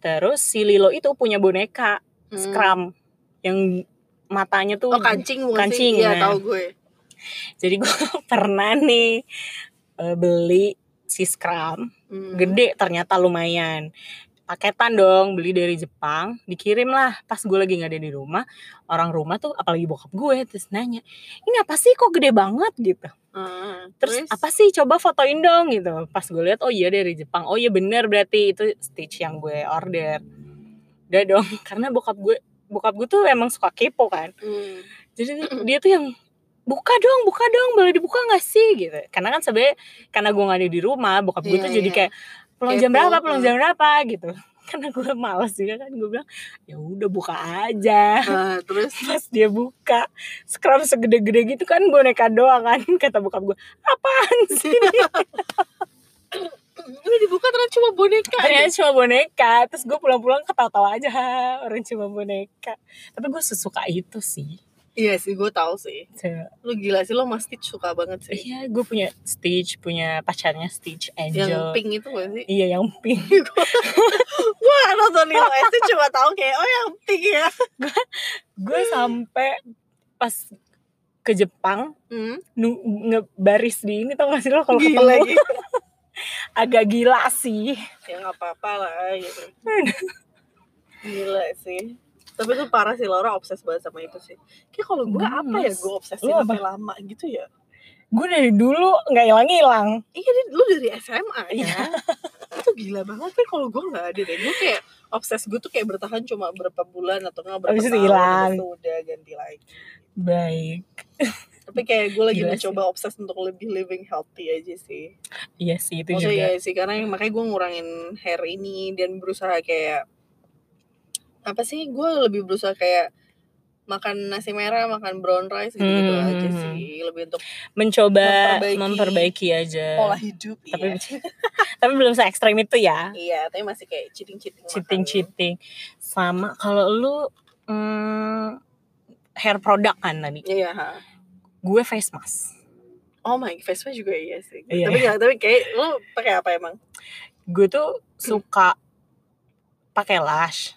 Speaker 1: terus si Lilo itu punya boneka
Speaker 2: Hmm.
Speaker 1: Scrum yang matanya tuh
Speaker 2: Oh kancing bukan
Speaker 1: Kancing,
Speaker 2: sih? Iya
Speaker 1: nah.
Speaker 2: tahu gue.
Speaker 1: jadi gue pernah nih eh, beli si Scrum
Speaker 2: Hmm.
Speaker 1: gede ternyata lumayan paketan dong beli dari Jepang dikirim lah pas gue lagi nggak ada di rumah orang rumah tuh apalagi bokap gue terus nanya ini apa sih kok gede banget gitu
Speaker 2: Ah,
Speaker 1: terus apa sih coba fotoin dong gitu pas gue lihat oh iya dari Jepang oh iya bener berarti itu stitch yang gue order udah dong karena bokap gue bokap gue tuh emang suka kepo kan
Speaker 2: Hmm.
Speaker 1: jadi dia tuh yang buka dong buka dong boleh dibuka nggak sih gitu karena kan sebenarnya karena gue nggak ada di rumah bokap gue
Speaker 2: Iya,
Speaker 1: tuh jadi
Speaker 2: iya.
Speaker 1: kayak pulang jam
Speaker 2: Kepo,
Speaker 1: berapa pulang
Speaker 2: iya.
Speaker 1: jam berapa gitu karena gue malas juga kan gue bilang ya udah buka aja
Speaker 2: Ah, terus
Speaker 1: pas dia buka scrum segede-gede gitu kan boneka doang kan kata bokap gue apaan sih
Speaker 2: udah dibuka terus Iya ya?
Speaker 1: Katanya cuma boneka. Terus gue pulang-pulang ketawa-tawa aja. "Ha, Orang cuma boneka. Tapi gue sesuka itu sih.
Speaker 2: Iya sih, gue tahu sih.
Speaker 1: Se-
Speaker 2: Lu gila sih, lo mas Stitch suka banget sih.
Speaker 1: Iya, gue punya Stitch, punya pacarnya Stitch Angel.
Speaker 2: Yang pink itu gak sih?
Speaker 1: Iya, yang pink.
Speaker 2: Gue gak nonton Lilo SD cuma tahu kayak, oh yang pink ya.
Speaker 1: gue
Speaker 2: Hmm.
Speaker 1: sampai pas ke Jepang
Speaker 2: Hmm,
Speaker 1: nu- ngebaris di ini tau gak sih lo kalau
Speaker 2: gila
Speaker 1: ketemu
Speaker 2: gitu.
Speaker 1: agak gila sih
Speaker 2: Ya gak apa-apa lah gitu. Gila sih. Tapi itu parah sih, Laura obses banget sama itu sih. Kayak kalau gue
Speaker 1: Enggak,
Speaker 2: apa ya,
Speaker 1: Mas.
Speaker 2: gue obsesin
Speaker 1: Lu apa?
Speaker 2: sampai lama gitu ya.
Speaker 1: gue dari dulu nggak hilang hilang
Speaker 2: Iya, dia- lu dari SMA
Speaker 1: Iya.
Speaker 2: ya. itu gila banget kan kalau gue nggak ada deh. Gue kayak obses gue tuh kayak bertahan cuma berapa bulan atau nggak berapa
Speaker 1: Habis itu
Speaker 2: tahun.
Speaker 1: hilang.
Speaker 2: habis itu udah ganti lagi.
Speaker 1: baik
Speaker 2: tapi kayak gue lagi
Speaker 1: Gila
Speaker 2: mencoba obses untuk lebih living healthy aja sih
Speaker 1: iya sih itu juga
Speaker 2: maksudnya ya sih karena yang- makanya gue ngurangin hair ini dan berusaha kayak apa sih gue lebih berusaha kayak makan nasi merah makan brown rice gitu gitu
Speaker 1: Hmm.
Speaker 2: aja sih lebih untuk
Speaker 1: mencoba
Speaker 2: Memperbaiki.
Speaker 1: memperbaiki, aja
Speaker 2: pola hidup
Speaker 1: tapi
Speaker 2: iya
Speaker 1: tapi belum se ekstrem itu ya
Speaker 2: iya tapi masih kayak cheating cheating
Speaker 1: cheating cheating sama kalau lu mm, hair product kan tadi
Speaker 2: iya ha.
Speaker 1: gue face mask
Speaker 2: oh my face wash juga iya sih
Speaker 1: Iya.
Speaker 2: tapi nggak- tapi kayak lu pakai apa emang
Speaker 1: gue tuh suka pakai lash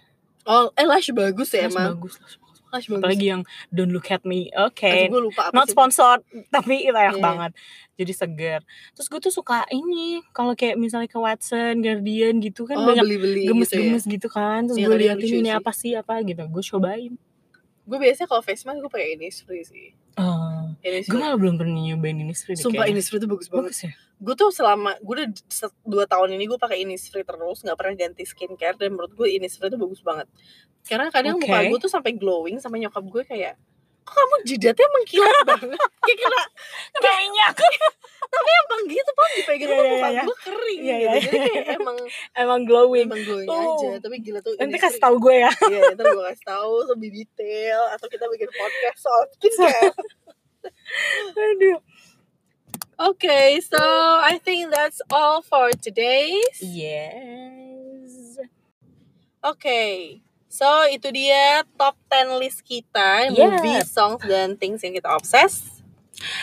Speaker 2: oh eh lash bagus ya
Speaker 1: Lash
Speaker 2: emang
Speaker 1: bagus, lash bagus.
Speaker 2: lash bagus
Speaker 1: apalagi yang don't look at me oke
Speaker 2: gue lupa apa
Speaker 1: not
Speaker 2: sih
Speaker 1: sponsored tapi layak
Speaker 2: Iya.
Speaker 1: banget jadi seger terus gue tuh suka ini kalau kayak misalnya ke Watson Guardian gitu kan
Speaker 2: oh
Speaker 1: banyak
Speaker 2: beli beli
Speaker 1: gemes-gemes gitu, kan terus
Speaker 2: Iya,
Speaker 1: gue
Speaker 2: tadi yang lucu
Speaker 1: liatin ini
Speaker 2: sih.
Speaker 1: apa sih apa gitu gue cobain
Speaker 2: gue biasanya kalau face mask gue pakai Innisfree sih
Speaker 1: Eh, gue
Speaker 2: Innisfree
Speaker 1: malah belum pernah nyobain ini sih
Speaker 2: Oh, sumpah Innisfree tuh bagus banget
Speaker 1: bagus ya
Speaker 2: gue tuh selama gue udah se- dua tahun ini gue pakai Innisfree terus nggak pernah ganti skincare dan menurut gue Innisfree tuh bagus banget karena kadang muka
Speaker 1: Oke.
Speaker 2: gue tuh sampai glowing sama nyokap gue kayak kok kamu jidatnya mengkilat banget kayak kena
Speaker 1: kayaknya
Speaker 2: emang gitu pun dipegang
Speaker 1: Iya,
Speaker 2: sama
Speaker 1: iya,
Speaker 2: muka
Speaker 1: iya.
Speaker 2: gue kering
Speaker 1: Iya,
Speaker 2: gitu
Speaker 1: iya,
Speaker 2: jadi
Speaker 1: iya.
Speaker 2: kayak emang
Speaker 1: emang glowing
Speaker 2: emang glowing
Speaker 1: Oh.
Speaker 2: aja tapi gila tuh
Speaker 1: nanti
Speaker 2: Innisfree.
Speaker 1: kasih tau gue ya
Speaker 2: iya nanti gue kasih tahu lebih detail atau kita bikin podcast soal skincare
Speaker 1: aduh
Speaker 2: Okay, so I think that's all for today.
Speaker 1: yes
Speaker 2: Okay, so itu dia top 10 list kita,
Speaker 1: Yeah.
Speaker 2: movie, songs, dan things yang kita obses.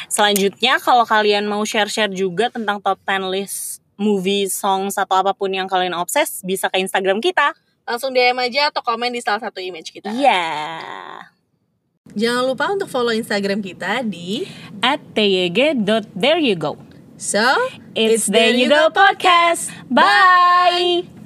Speaker 1: Selanjutnya kalau kalian mau share-share juga tentang top 10 list movie, songs atau apapun yang kalian obses bisa ke Instagram kita.
Speaker 2: Langsung DM aja atau komen di salah satu image kita.
Speaker 1: Iya.
Speaker 2: Jangan lupa untuk follow Instagram kita di
Speaker 1: At tyg dot there you go.
Speaker 2: so
Speaker 1: It's, there you go podcast. Bye.